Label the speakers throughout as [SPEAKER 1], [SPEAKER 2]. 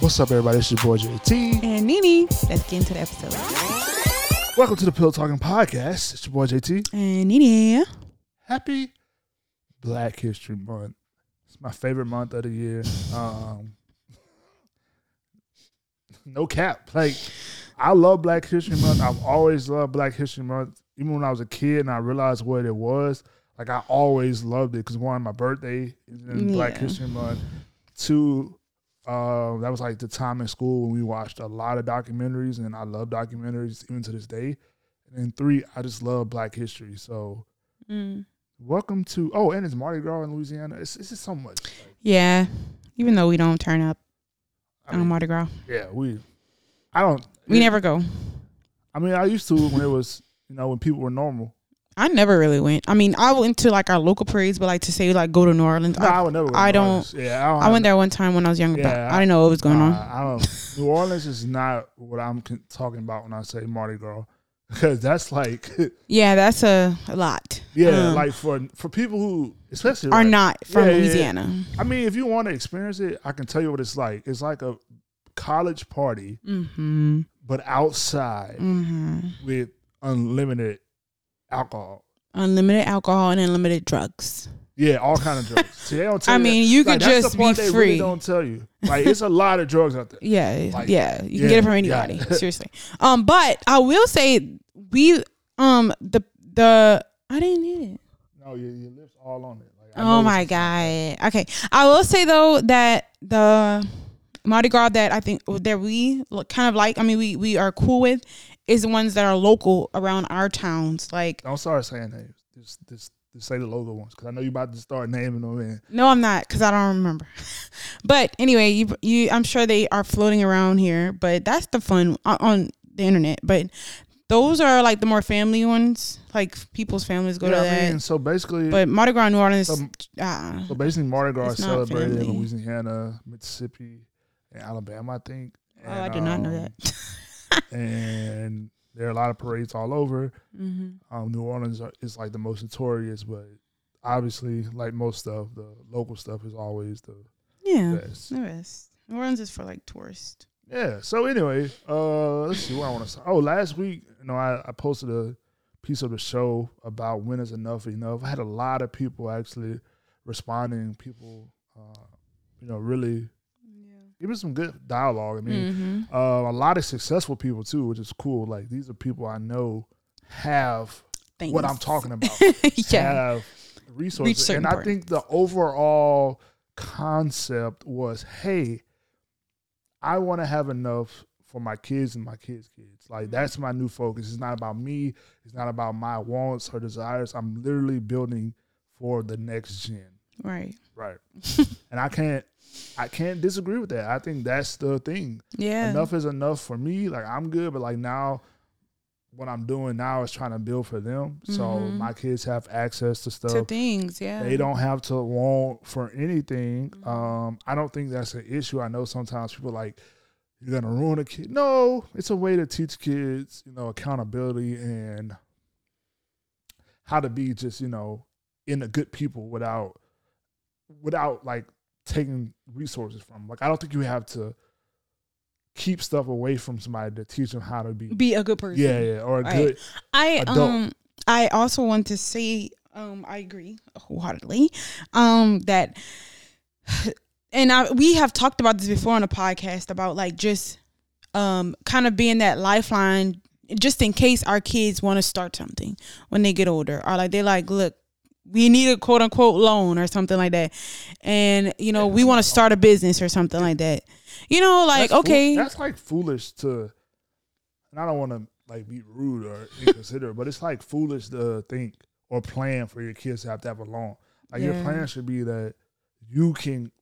[SPEAKER 1] What's up, everybody? It's your boy JT.
[SPEAKER 2] And Nini, let's get into the episode.
[SPEAKER 1] Welcome to the Pillow Talking Podcast. It's your boy JT.
[SPEAKER 2] And Nini,
[SPEAKER 1] Happy Black History Month. It's my favorite month of the year. Um, no cap. Like, I love Black History Month. I've always loved Black History Month. Even when I was a kid and I realized what it was, like, I always loved it because one, my birthday is in Black
[SPEAKER 2] Yeah.
[SPEAKER 1] History Month. Two, um, that was like the time in school when we watched a lot of documentaries, and I love documentaries even to this day. And three, I just love Black history. So welcome to oh, and it's Mardi Gras in Louisiana. It's, it's just so much.
[SPEAKER 2] yeah, even though we don't turn up
[SPEAKER 1] I mean,
[SPEAKER 2] on Mardi Gras,
[SPEAKER 1] yeah, we. I don't.
[SPEAKER 2] Oh, we never go.
[SPEAKER 1] I mean, I used to when it was you know when people were normal.
[SPEAKER 2] I never really went. I mean, I went to like our local parades, but like to say like go to New Orleans,
[SPEAKER 1] No,
[SPEAKER 2] I,
[SPEAKER 1] I would never. Go to
[SPEAKER 2] I
[SPEAKER 1] New
[SPEAKER 2] don't-
[SPEAKER 1] Orleans. Yeah, I, don't
[SPEAKER 2] I went there one time when I was younger,
[SPEAKER 1] Yeah,
[SPEAKER 2] but I didn't know what was going
[SPEAKER 1] Nah,
[SPEAKER 2] on.
[SPEAKER 1] I don't. New Orleans is not what I'm con- talking about when I say Mardi Gras because that's like
[SPEAKER 2] Yeah, that's a, a lot.
[SPEAKER 1] yeah,
[SPEAKER 2] Um,
[SPEAKER 1] like for for people who especially
[SPEAKER 2] are
[SPEAKER 1] like,
[SPEAKER 2] not from
[SPEAKER 1] Yeah, yeah, yeah.
[SPEAKER 2] Louisiana.
[SPEAKER 1] I mean, if you want to experience it, I can tell you what it's like. It's like a college party,
[SPEAKER 2] Mm-hmm.
[SPEAKER 1] but outside
[SPEAKER 2] Mm-hmm.
[SPEAKER 1] with unlimited alcohol.
[SPEAKER 2] Unlimited alcohol and unlimited drugs.
[SPEAKER 1] Yeah, all kind of drugs. See, they don't tell
[SPEAKER 2] I
[SPEAKER 1] you that.
[SPEAKER 2] mean, you
[SPEAKER 1] Like,
[SPEAKER 2] could
[SPEAKER 1] that's
[SPEAKER 2] just
[SPEAKER 1] the
[SPEAKER 2] be
[SPEAKER 1] part they really
[SPEAKER 2] free.
[SPEAKER 1] don't tell you. Like, it's a lot of drugs out there.
[SPEAKER 2] Yeah,
[SPEAKER 1] Like,
[SPEAKER 2] yeah, you can
[SPEAKER 1] yeah,
[SPEAKER 2] get it from
[SPEAKER 1] yeah.
[SPEAKER 2] anybody. Seriously. Um, but I will say we um the the I didn't need it.
[SPEAKER 1] No, your, your lips all on it. Like, I know
[SPEAKER 2] Oh
[SPEAKER 1] what
[SPEAKER 2] my
[SPEAKER 1] you're
[SPEAKER 2] god. Okay, I will say though that the Mardi Gras that I think that we look kind of like. I mean, we we are cool with is the ones that are local around our towns. Like,
[SPEAKER 1] Don't start saying names. Just, just, just say the logo ones because I know you're about to start naming them. And
[SPEAKER 2] no, I'm not because I don't remember. but anyway, you you I'm sure they are floating around here. But that's the fun on, on the internet. But those are like the more family ones. Like people's families go
[SPEAKER 1] you know
[SPEAKER 2] to
[SPEAKER 1] what I
[SPEAKER 2] that.
[SPEAKER 1] mean? So basically,
[SPEAKER 2] But Mardi Gras in New Orleans,
[SPEAKER 1] So-
[SPEAKER 2] uh,
[SPEAKER 1] So basically, Mardi Gras
[SPEAKER 2] It's
[SPEAKER 1] is
[SPEAKER 2] not
[SPEAKER 1] celebrated in
[SPEAKER 2] family.
[SPEAKER 1] Louisiana, Mississippi, and Alabama, I think. um,
[SPEAKER 2] oh, I did not know that.
[SPEAKER 1] that. And there are a lot of parades all over.
[SPEAKER 2] mm-hmm.
[SPEAKER 1] Um, New Orleans are, is like the most notorious, but obviously, like most stuff, the local stuff is always the
[SPEAKER 2] Yeah.
[SPEAKER 1] best.
[SPEAKER 2] There is. New Orleans is for like tourists.
[SPEAKER 1] Yeah. So anyway, uh, let's see what I want to say. Oh, last week, you know, I, I posted a piece of the show about when is enough enough. I had a lot of people actually responding. People, uh, you know, really
[SPEAKER 2] Yeah.
[SPEAKER 1] give me some good dialogue. I mean. uh, a lot of successful people too, which is cool. Like these are people I know have
[SPEAKER 2] Mm-hmm. Thanks.
[SPEAKER 1] what I'm talking about.
[SPEAKER 2] yeah.
[SPEAKER 1] Have resources,
[SPEAKER 2] certain
[SPEAKER 1] and I think the overall concept was, hey, I want to have enough for my kids and my kids' kids. Like that's my new focus. It's not about me. It's not about my wants or desires. I'm literally building for the next gen.
[SPEAKER 2] Right.
[SPEAKER 1] Right. and I can't I can't disagree with that. I think that's the thing
[SPEAKER 2] Yeah.
[SPEAKER 1] enough is enough for me. Like I'm good, but like now, what I'm doing now is trying to build for them. So
[SPEAKER 2] Mhm.
[SPEAKER 1] my kids have access to
[SPEAKER 2] to
[SPEAKER 1] stuff.
[SPEAKER 2] things. Yeah.
[SPEAKER 1] They don't have to want for anything.
[SPEAKER 2] Mhm.
[SPEAKER 1] Um, I don't think that's an issue. I know sometimes people like you're gonna ruin a kid. No, it's a way to teach kids, you know, accountability and how to be just, you know, in the good people without without like taking resources from. 'em. Like I don't think you have to keep stuff away from somebody to teach them how to be.
[SPEAKER 2] be a good person.
[SPEAKER 1] yeah, yeah, or a
[SPEAKER 2] Right.
[SPEAKER 1] good.
[SPEAKER 2] I
[SPEAKER 1] Adult.
[SPEAKER 2] um I also want to say um I agree wholeheartedly um that and I we have talked about this before on a podcast about like just um kind of being that lifeline just in case our kids want to start something when they get older or like they're like look we need a quote unquote loan or something like that and you know we want to start a business or something like that you know like
[SPEAKER 1] that's fool-
[SPEAKER 2] okay
[SPEAKER 1] that's like foolish to, and I don't want to like be rude or inconsiderate, but it's like foolish to think or plan for your kids to have to have a loan. Like your
[SPEAKER 2] Yeah.
[SPEAKER 1] plan should be that you can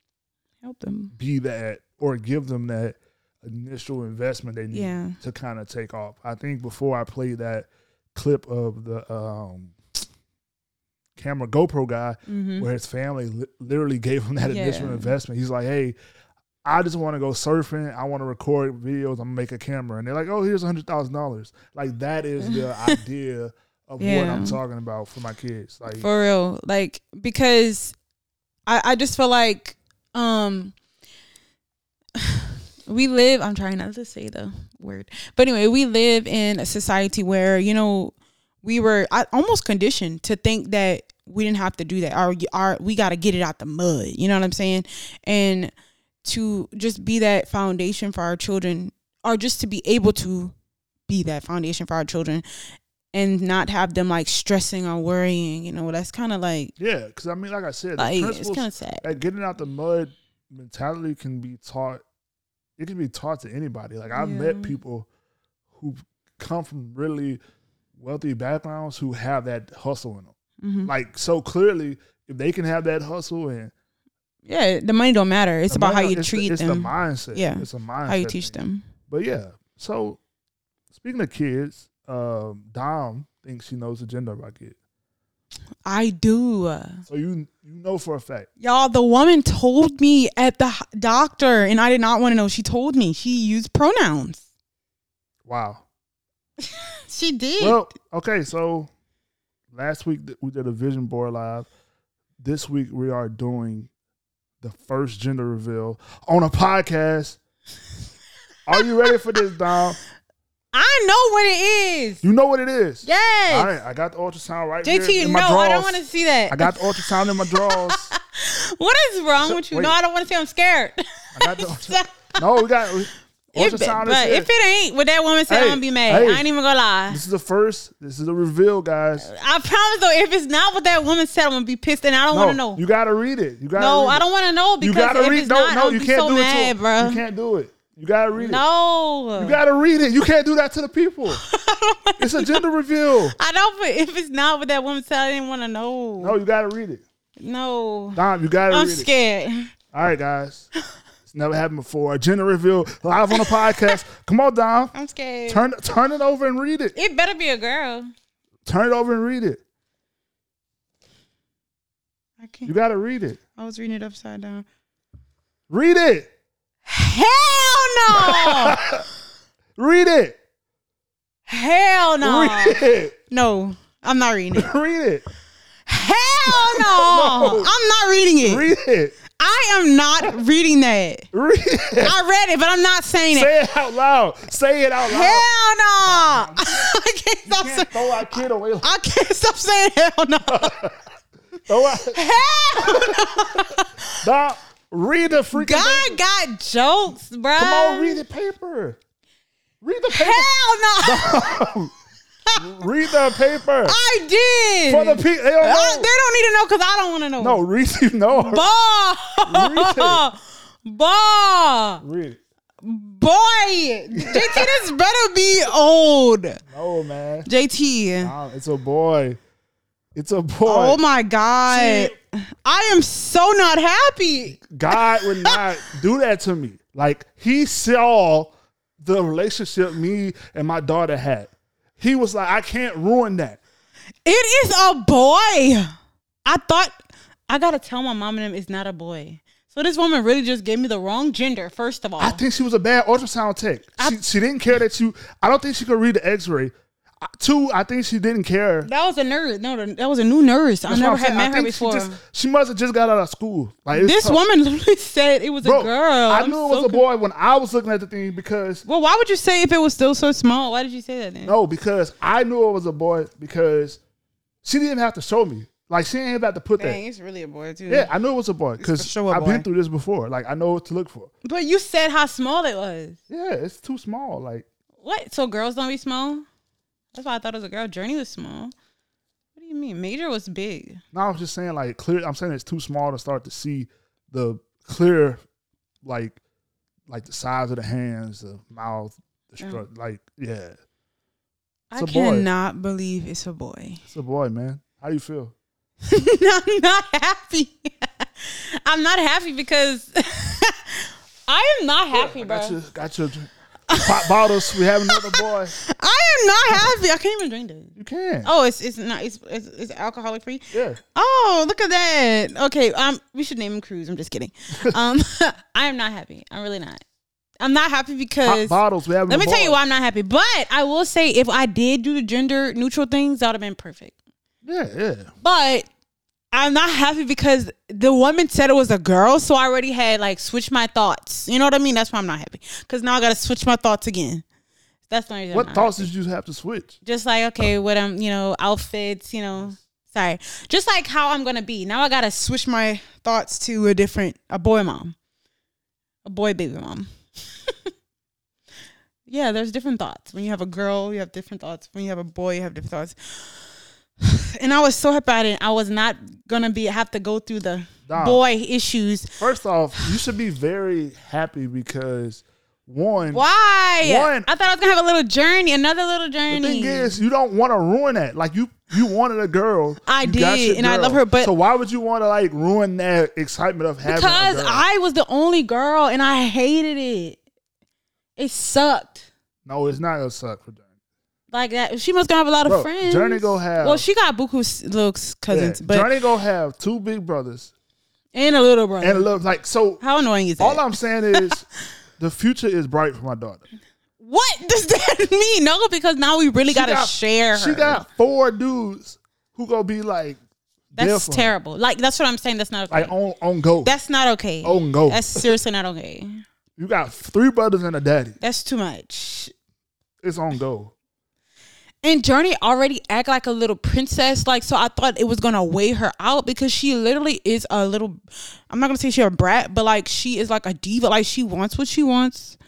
[SPEAKER 2] help them
[SPEAKER 1] be that or give them that initial investment they need
[SPEAKER 2] Yeah.
[SPEAKER 1] to kind of take off. I think before I played that clip of the um, camera GoPro guy
[SPEAKER 2] Mhm.
[SPEAKER 1] where his family li- literally gave him that initial
[SPEAKER 2] Yeah.
[SPEAKER 1] investment. He's like, hey, I just want to go surfing. I want to record videos. I'm gonna make a camera, and they're like, oh, here's a hundred thousand dollars. Like that is the idea of what I'm
[SPEAKER 2] Yeah.
[SPEAKER 1] talking about for my kids. Like,
[SPEAKER 2] for real like because i i just feel like um we live i'm trying not to say the word but anyway we live in a society where you know we were I, almost conditioned to think that we didn't have to do that our, our we got to get it out the mud you know what i'm saying and to just be that foundation for our children or just to be able to be that foundation for our children and not have them like stressing or worrying you know that's kind of like
[SPEAKER 1] Yeah, because I mean, like I said,
[SPEAKER 2] like
[SPEAKER 1] the
[SPEAKER 2] it's
[SPEAKER 1] principles
[SPEAKER 2] kind of sad
[SPEAKER 1] that getting out the mud mentality can be taught. It can be taught to anybody. Like I've
[SPEAKER 2] Yeah.
[SPEAKER 1] met people who come from really wealthy backgrounds who have that hustle in them.
[SPEAKER 2] Mhm.
[SPEAKER 1] Like so clearly, if they can have that hustle and
[SPEAKER 2] yeah the money don't matter it's
[SPEAKER 1] the
[SPEAKER 2] about how
[SPEAKER 1] mind-
[SPEAKER 2] you
[SPEAKER 1] it's the-
[SPEAKER 2] treat
[SPEAKER 1] it's
[SPEAKER 2] them
[SPEAKER 1] the mindset.
[SPEAKER 2] Yeah.
[SPEAKER 1] it's a mindset.
[SPEAKER 2] how you teach
[SPEAKER 1] thing.
[SPEAKER 2] them
[SPEAKER 1] But yeah, so speaking of kids, um, Dom thinks she knows the gender of our kid.
[SPEAKER 2] i do
[SPEAKER 1] So you you know for a fact.
[SPEAKER 2] Y'all, the woman told me at the h- doctor, and I did not want to know. She told me she used pronouns.
[SPEAKER 1] Wow.
[SPEAKER 2] She did.
[SPEAKER 1] Well, okay, so last week th- we did a vision board live. This week we are doing the first gender reveal on a podcast. Are you ready for this, Dom?
[SPEAKER 2] I know what it is.
[SPEAKER 1] You know what it is. All
[SPEAKER 2] Yes.
[SPEAKER 1] right, I got the ultrasound right
[SPEAKER 2] JT,
[SPEAKER 1] here in
[SPEAKER 2] no,
[SPEAKER 1] my
[SPEAKER 2] I don't
[SPEAKER 1] drawers.
[SPEAKER 2] want to see that.
[SPEAKER 1] I got the ultrasound in my drawers.
[SPEAKER 2] what is wrong
[SPEAKER 1] So-
[SPEAKER 2] with you?
[SPEAKER 1] wait.
[SPEAKER 2] No, I don't want to see. I'm scared.
[SPEAKER 1] I got the ultrasound. No, we got we-
[SPEAKER 2] If,
[SPEAKER 1] ultrasound. is
[SPEAKER 2] but
[SPEAKER 1] here.
[SPEAKER 2] if it ain't what that woman said,
[SPEAKER 1] Hey,
[SPEAKER 2] I'm gonna be mad.
[SPEAKER 1] hey.
[SPEAKER 2] I ain't even gonna lie.
[SPEAKER 1] this is the first. This is the reveal, guys.
[SPEAKER 2] I promise though, if it's not what that woman said, I'm gonna be pissed, and I don't
[SPEAKER 1] No,
[SPEAKER 2] want to know.
[SPEAKER 1] you gotta read it. You gotta.
[SPEAKER 2] no,
[SPEAKER 1] read
[SPEAKER 2] I
[SPEAKER 1] it.
[SPEAKER 2] don't want to know
[SPEAKER 1] You
[SPEAKER 2] because
[SPEAKER 1] gotta
[SPEAKER 2] if
[SPEAKER 1] read.
[SPEAKER 2] it's
[SPEAKER 1] no,
[SPEAKER 2] not,
[SPEAKER 1] no,
[SPEAKER 2] I'll
[SPEAKER 1] you
[SPEAKER 2] be
[SPEAKER 1] can't
[SPEAKER 2] so
[SPEAKER 1] do
[SPEAKER 2] mad,
[SPEAKER 1] it. To,
[SPEAKER 2] bro.
[SPEAKER 1] You can't do it. You gotta read it.
[SPEAKER 2] no,
[SPEAKER 1] You gotta read it. You can't do that to the people. it's a gender reveal.
[SPEAKER 2] I don't. But if it's not what that woman said, I didn't want to know.
[SPEAKER 1] No, you gotta read it.
[SPEAKER 2] No.
[SPEAKER 1] Dom, you gotta
[SPEAKER 2] I'm
[SPEAKER 1] read
[SPEAKER 2] scared.
[SPEAKER 1] it. All right, guys. It's never happened before. A gender reveal live on a podcast. Come on, Dom.
[SPEAKER 2] I'm scared.
[SPEAKER 1] Turn turn it over and read it.
[SPEAKER 2] it better be a girl.
[SPEAKER 1] Turn it over and read it.
[SPEAKER 2] I
[SPEAKER 1] You
[SPEAKER 2] can't.
[SPEAKER 1] gotta read it.
[SPEAKER 2] I was reading it upside down.
[SPEAKER 1] Read it.
[SPEAKER 2] Hell no!
[SPEAKER 1] Read it.
[SPEAKER 2] Hell no!
[SPEAKER 1] Read it.
[SPEAKER 2] No, I'm not reading it.
[SPEAKER 1] Read it.
[SPEAKER 2] Hell no!
[SPEAKER 1] No.
[SPEAKER 2] I'm not reading it.
[SPEAKER 1] Read it.
[SPEAKER 2] I am not reading that.
[SPEAKER 1] Read it.
[SPEAKER 2] I read it, but I'm not saying it.
[SPEAKER 1] Say it out loud. Say it out
[SPEAKER 2] Hell no!
[SPEAKER 1] loud.
[SPEAKER 2] I can't stop.
[SPEAKER 1] Can't
[SPEAKER 2] Say-
[SPEAKER 1] throw our kid away. like-
[SPEAKER 2] I can't stop saying hell no.
[SPEAKER 1] Throw our,
[SPEAKER 2] Hell!
[SPEAKER 1] Dom, read the freaking
[SPEAKER 2] God got jokes, bro.
[SPEAKER 1] Come on, read the paper. Read the paper.
[SPEAKER 2] Hell no!
[SPEAKER 1] read the paper.
[SPEAKER 2] I did.
[SPEAKER 1] For the people, they don't
[SPEAKER 2] I-
[SPEAKER 1] know.
[SPEAKER 2] they don't need to know because I don't want to know.
[SPEAKER 1] No, read you know.
[SPEAKER 2] Bah. Bah.
[SPEAKER 1] read it.
[SPEAKER 2] Boy. JT, this better be old.
[SPEAKER 1] No, man.
[SPEAKER 2] JT.
[SPEAKER 1] Nah, it's a boy. It's a boy.
[SPEAKER 2] Oh my God. I am so not happy.
[SPEAKER 1] God would not do that to me. Like he saw the relationship me and my daughter had. He was like, I can't ruin that.
[SPEAKER 2] It is a boy. I thought I gotta tell my mom and them it's not a boy. So this woman really just gave me the wrong gender, first of all.
[SPEAKER 1] I think she was a bad ultrasound tech. She, she didn't care that you. I don't think she could read the X-ray. I- Two, I think she didn't care
[SPEAKER 2] that was a nurse. No, that was a new nurse. I never
[SPEAKER 1] That's what
[SPEAKER 2] had
[SPEAKER 1] I'm
[SPEAKER 2] met
[SPEAKER 1] saying.
[SPEAKER 2] her
[SPEAKER 1] I think
[SPEAKER 2] before.
[SPEAKER 1] She, just, she must have just got out of school. Like it's
[SPEAKER 2] This
[SPEAKER 1] tough.
[SPEAKER 2] woman literally said it was
[SPEAKER 1] Bro,
[SPEAKER 2] a girl.
[SPEAKER 1] I
[SPEAKER 2] I'm
[SPEAKER 1] knew it was
[SPEAKER 2] so
[SPEAKER 1] a boy when I was looking at the thing because
[SPEAKER 2] con- Well, why would you say if it was still so small? Why did you say that then?
[SPEAKER 1] no, because I knew it was a boy because she didn't have to show me. Like she didn't have to put that.
[SPEAKER 2] it's really a boy too.
[SPEAKER 1] Yeah, I knew it was a boy
[SPEAKER 2] for
[SPEAKER 1] because
[SPEAKER 2] sure a
[SPEAKER 1] I've been
[SPEAKER 2] boy.
[SPEAKER 1] through this before. Like I know what to look for.
[SPEAKER 2] But you said how small it was.
[SPEAKER 1] Yeah, it's too small. Like
[SPEAKER 2] What? So girls don't be small? That's why I thought it was a girl. Journey was small. What do you mean? Major was big.
[SPEAKER 1] now I'm just saying like clear. I'm saying it's too small to start to see the clear, like, like the size of the hands, the mouth, the
[SPEAKER 2] Yeah.
[SPEAKER 1] stru- like yeah.
[SPEAKER 2] I
[SPEAKER 1] It's a boy.
[SPEAKER 2] cannot believe it's a boy.
[SPEAKER 1] It's a boy, man. How do you feel?
[SPEAKER 2] I'm not happy. I'm not happy because I am not happy,
[SPEAKER 1] I
[SPEAKER 2] bro.
[SPEAKER 1] got your, got your pop bottles. We have another boy.
[SPEAKER 2] I am not happy. I can't even drink this.
[SPEAKER 1] You can.
[SPEAKER 2] Oh, it's it's not it's it's, it's alcoholic free.
[SPEAKER 1] Yeah.
[SPEAKER 2] Oh, look at that. Okay, um, we should name him Cruz. I'm just kidding. Um, I am not happy. I'm really not. I'm not happy
[SPEAKER 1] Pop
[SPEAKER 2] because
[SPEAKER 1] bottles. We have
[SPEAKER 2] let me
[SPEAKER 1] another
[SPEAKER 2] tell you
[SPEAKER 1] boy.
[SPEAKER 2] why I'm not happy. But I will say, if I did do the gender neutral things, that would have been perfect.
[SPEAKER 1] Yeah, yeah.
[SPEAKER 2] But I'm not happy because the woman said it was a girl, so I already had like switched my thoughts. You know what I mean? That's why I'm not happy because now I gotta switch my thoughts again. That's the only reason. I'm
[SPEAKER 1] What
[SPEAKER 2] not
[SPEAKER 1] thoughts
[SPEAKER 2] happy.
[SPEAKER 1] did you have to switch?
[SPEAKER 2] Just like
[SPEAKER 1] Oh.
[SPEAKER 2] okay, what I'm, you know, outfits, you know. Sorry, just like how I'm gonna be now. I gotta switch my thoughts to a different, a boy mom, a boy baby mom. yeah, there's different thoughts. When you have a girl, you have different thoughts. When you have a boy, you have different thoughts. And I was so happy I didn't. I was not gonna be have to go through the
[SPEAKER 1] Nah.
[SPEAKER 2] boy issues.
[SPEAKER 1] First off, you should be very happy because one,
[SPEAKER 2] Why?
[SPEAKER 1] One.
[SPEAKER 2] I thought I was gonna have a little journey, another little
[SPEAKER 1] the
[SPEAKER 2] journey.
[SPEAKER 1] thing is, you don't want to ruin that. Like you, you wanted a girl.
[SPEAKER 2] I
[SPEAKER 1] you got
[SPEAKER 2] did,
[SPEAKER 1] your
[SPEAKER 2] and I
[SPEAKER 1] girl.
[SPEAKER 2] love her, but-
[SPEAKER 1] so why would you want to like ruin that excitement of having a
[SPEAKER 2] because
[SPEAKER 1] girl?
[SPEAKER 2] I was the only girl and I hated it. It sucked.
[SPEAKER 1] no, it's not gonna suck for Journey.
[SPEAKER 2] Like that, she must gonna have a lot of
[SPEAKER 1] Bro,
[SPEAKER 2] friends.
[SPEAKER 1] Journey go have-
[SPEAKER 2] Well, she got Buku's looks cousins,
[SPEAKER 1] Yeah.
[SPEAKER 2] but
[SPEAKER 1] Journey gonna have two big brothers
[SPEAKER 2] and a little brother.
[SPEAKER 1] and love like so.
[SPEAKER 2] How annoying is that?
[SPEAKER 1] All I'm saying is, the future is bright for my daughter.
[SPEAKER 2] what does that mean? No, because now we really
[SPEAKER 1] She
[SPEAKER 2] gotta
[SPEAKER 1] got-
[SPEAKER 2] share.
[SPEAKER 1] She
[SPEAKER 2] her.
[SPEAKER 1] got four dudes who gonna be like there
[SPEAKER 2] that's
[SPEAKER 1] for her.
[SPEAKER 2] terrible. Like that's what I'm saying. That's not okay.
[SPEAKER 1] Like oh, on on go.
[SPEAKER 2] that's not okay.
[SPEAKER 1] on go.
[SPEAKER 2] That's seriously not okay.
[SPEAKER 1] you got three brothers and a daddy.
[SPEAKER 2] That's too much.
[SPEAKER 1] It's on go.
[SPEAKER 2] And Journey already act like a little princess, like so. I thought it was gonna weigh her out because she literally is a little. I'm not gonna say she a brat, but like she is like a diva. Like she wants what she wants,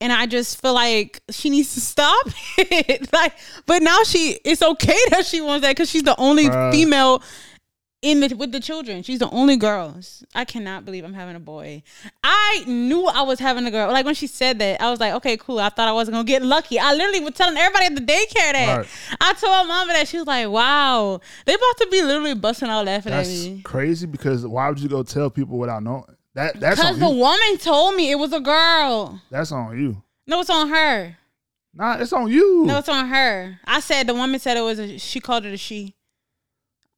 [SPEAKER 2] and I just feel like she needs to stop it. like, but now she it's okay that she wants that because she's the only
[SPEAKER 1] Bruh.
[SPEAKER 2] female in the with the children. She's the only girl. I cannot believe I'm having a boy. I knew I was having a girl. Like when she said that, I was like, okay, cool. I thought I wasn't gonna get lucky. I literally was telling everybody at the daycare that
[SPEAKER 1] Right.
[SPEAKER 2] I told my mama that she was like, wow, they about to be literally busting out laughing at
[SPEAKER 1] That's
[SPEAKER 2] me.
[SPEAKER 1] crazy because why would you go tell people without knowing? That that's
[SPEAKER 2] Because
[SPEAKER 1] on
[SPEAKER 2] the
[SPEAKER 1] you.
[SPEAKER 2] woman told me it was a girl.
[SPEAKER 1] That's on you.
[SPEAKER 2] No, it's on her.
[SPEAKER 1] Nah, it's on you.
[SPEAKER 2] No, it's on her. I said the woman said it was a she called it a she.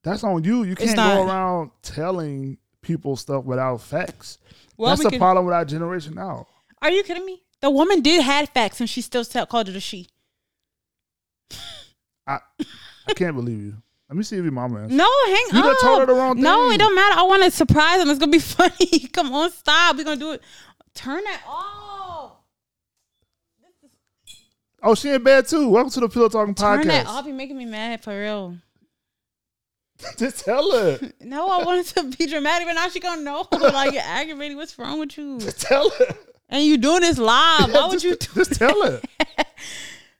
[SPEAKER 1] that's on you. You can't
[SPEAKER 2] not.
[SPEAKER 1] go around telling people stuff without facts.
[SPEAKER 2] Well,
[SPEAKER 1] that's
[SPEAKER 2] we
[SPEAKER 1] the
[SPEAKER 2] can,
[SPEAKER 1] problem with our generation now.
[SPEAKER 2] are you kidding me? The woman did had facts and she still sa- called it a she.
[SPEAKER 1] I I can't believe you. Let me see if your mama answers.
[SPEAKER 2] No, hang
[SPEAKER 1] You
[SPEAKER 2] on.
[SPEAKER 1] done told her the wrong
[SPEAKER 2] No,
[SPEAKER 1] thing.
[SPEAKER 2] it don't matter. I want to surprise him. It's gonna be funny. Come on, stop. We're gonna do it. Turn that off.
[SPEAKER 1] Oh, she in bed too. Welcome to the Pillow Talking
[SPEAKER 2] Turn that
[SPEAKER 1] Podcast.
[SPEAKER 2] off. You're making me mad for real.
[SPEAKER 1] Just tell her.
[SPEAKER 2] No, I wanted to be dramatic, but now she gonna know. Like you're aggravating. What's wrong with you?
[SPEAKER 1] Just tell her.
[SPEAKER 2] And you doing this live? Why would
[SPEAKER 1] just,
[SPEAKER 2] you? Do-
[SPEAKER 1] just tell her.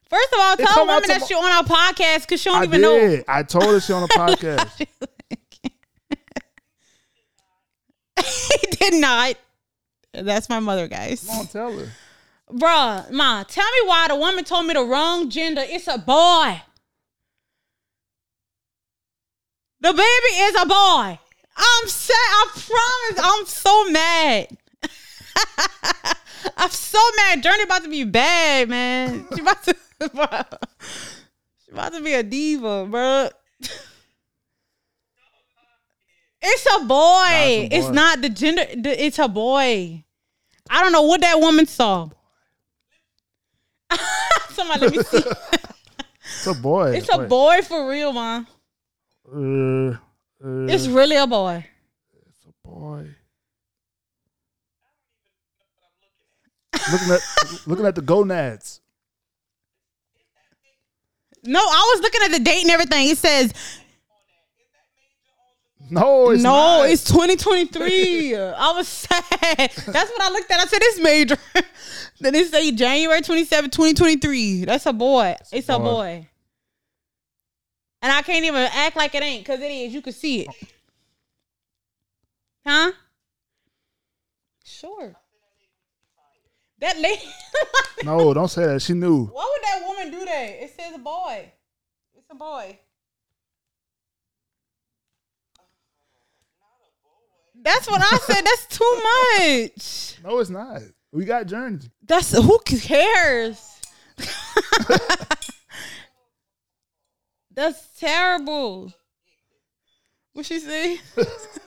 [SPEAKER 2] First of all, tell
[SPEAKER 1] come
[SPEAKER 2] women
[SPEAKER 1] out
[SPEAKER 2] that she on our podcast because she don't
[SPEAKER 1] I
[SPEAKER 2] even know.
[SPEAKER 1] did. I told her she on the podcast.
[SPEAKER 2] he did not. That's my mother, guys.
[SPEAKER 1] Come on, tell her.
[SPEAKER 2] Bruh, ma, tell me why the woman told me the wrong gender. It's a boy. The baby is a boy. I'm sad. I promise. I'm so mad. I'm so mad. Journey about to be bad, man. She about to, bruh. She about to be a diva, bruh. It's a boy.
[SPEAKER 1] it's a
[SPEAKER 2] It's
[SPEAKER 1] boy.
[SPEAKER 2] not the gender. the- It's a boy. I don't know what that woman saw. Somebody let me see.
[SPEAKER 1] It's a boy.
[SPEAKER 2] It's a
[SPEAKER 1] Wait.
[SPEAKER 2] boy for real, man.
[SPEAKER 1] Uh, uh,
[SPEAKER 2] It's really a boy.
[SPEAKER 1] It's a boy. looking at looking at the gonads.
[SPEAKER 2] No, I was looking at the date and everything. It says
[SPEAKER 1] No, it's
[SPEAKER 2] no,
[SPEAKER 1] not.
[SPEAKER 2] it's 2023. I was sad. That's what I looked at. I said it's major. then it say January 27, 2023. That's a boy. It's a
[SPEAKER 1] boy.
[SPEAKER 2] boy. And I can't even act like it ain't because it is. You can see it. Huh? Sure. That lady.
[SPEAKER 1] no. Don't say that. She knew.
[SPEAKER 2] Why would that woman do that? It says a boy. It's a boy. That's what I said. That's too much.
[SPEAKER 1] No, it's not. We got Journey.
[SPEAKER 2] That's who cares? That's terrible. What she say?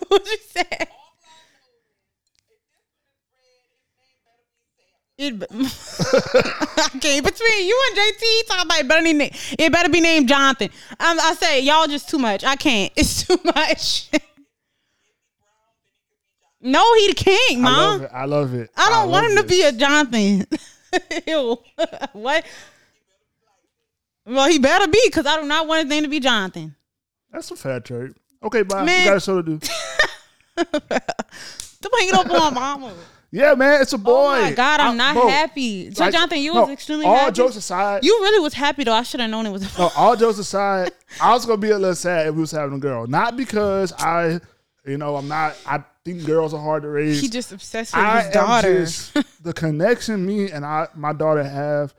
[SPEAKER 2] what she said? It, be- okay, between you and JT talking about it better be named, it better be named Jonathan. Um, I say y'all just too much. I can't. It's too much. No, he the king,
[SPEAKER 1] I love
[SPEAKER 2] mom.
[SPEAKER 1] it. I love it.
[SPEAKER 2] I, don't want
[SPEAKER 1] love
[SPEAKER 2] him to be a
[SPEAKER 1] this.
[SPEAKER 2] Jonathan. Ew. what? Well, he better be because I do not want his name to be Jonathan.
[SPEAKER 1] That's a fair trait. Okay, bye.
[SPEAKER 2] Man.
[SPEAKER 1] You got a show to do.
[SPEAKER 2] Don't hang it up on my mama.
[SPEAKER 1] Yeah, man, it's a boy.
[SPEAKER 2] Oh my God, I'm not
[SPEAKER 1] bro,
[SPEAKER 2] happy. So
[SPEAKER 1] like,
[SPEAKER 2] Jonathan, you
[SPEAKER 1] no,
[SPEAKER 2] was extremely
[SPEAKER 1] all
[SPEAKER 2] happy.
[SPEAKER 1] jokes aside.
[SPEAKER 2] you really was happy though. I should have known it was.
[SPEAKER 1] no, all jokes aside, I was gonna be a little sad if we was having a girl. Not because I, you know, I'm not. I think girls are hard to raise.
[SPEAKER 2] he just obsessed with
[SPEAKER 1] I
[SPEAKER 2] his daughter.
[SPEAKER 1] Am just, the connection me and I, my daughter have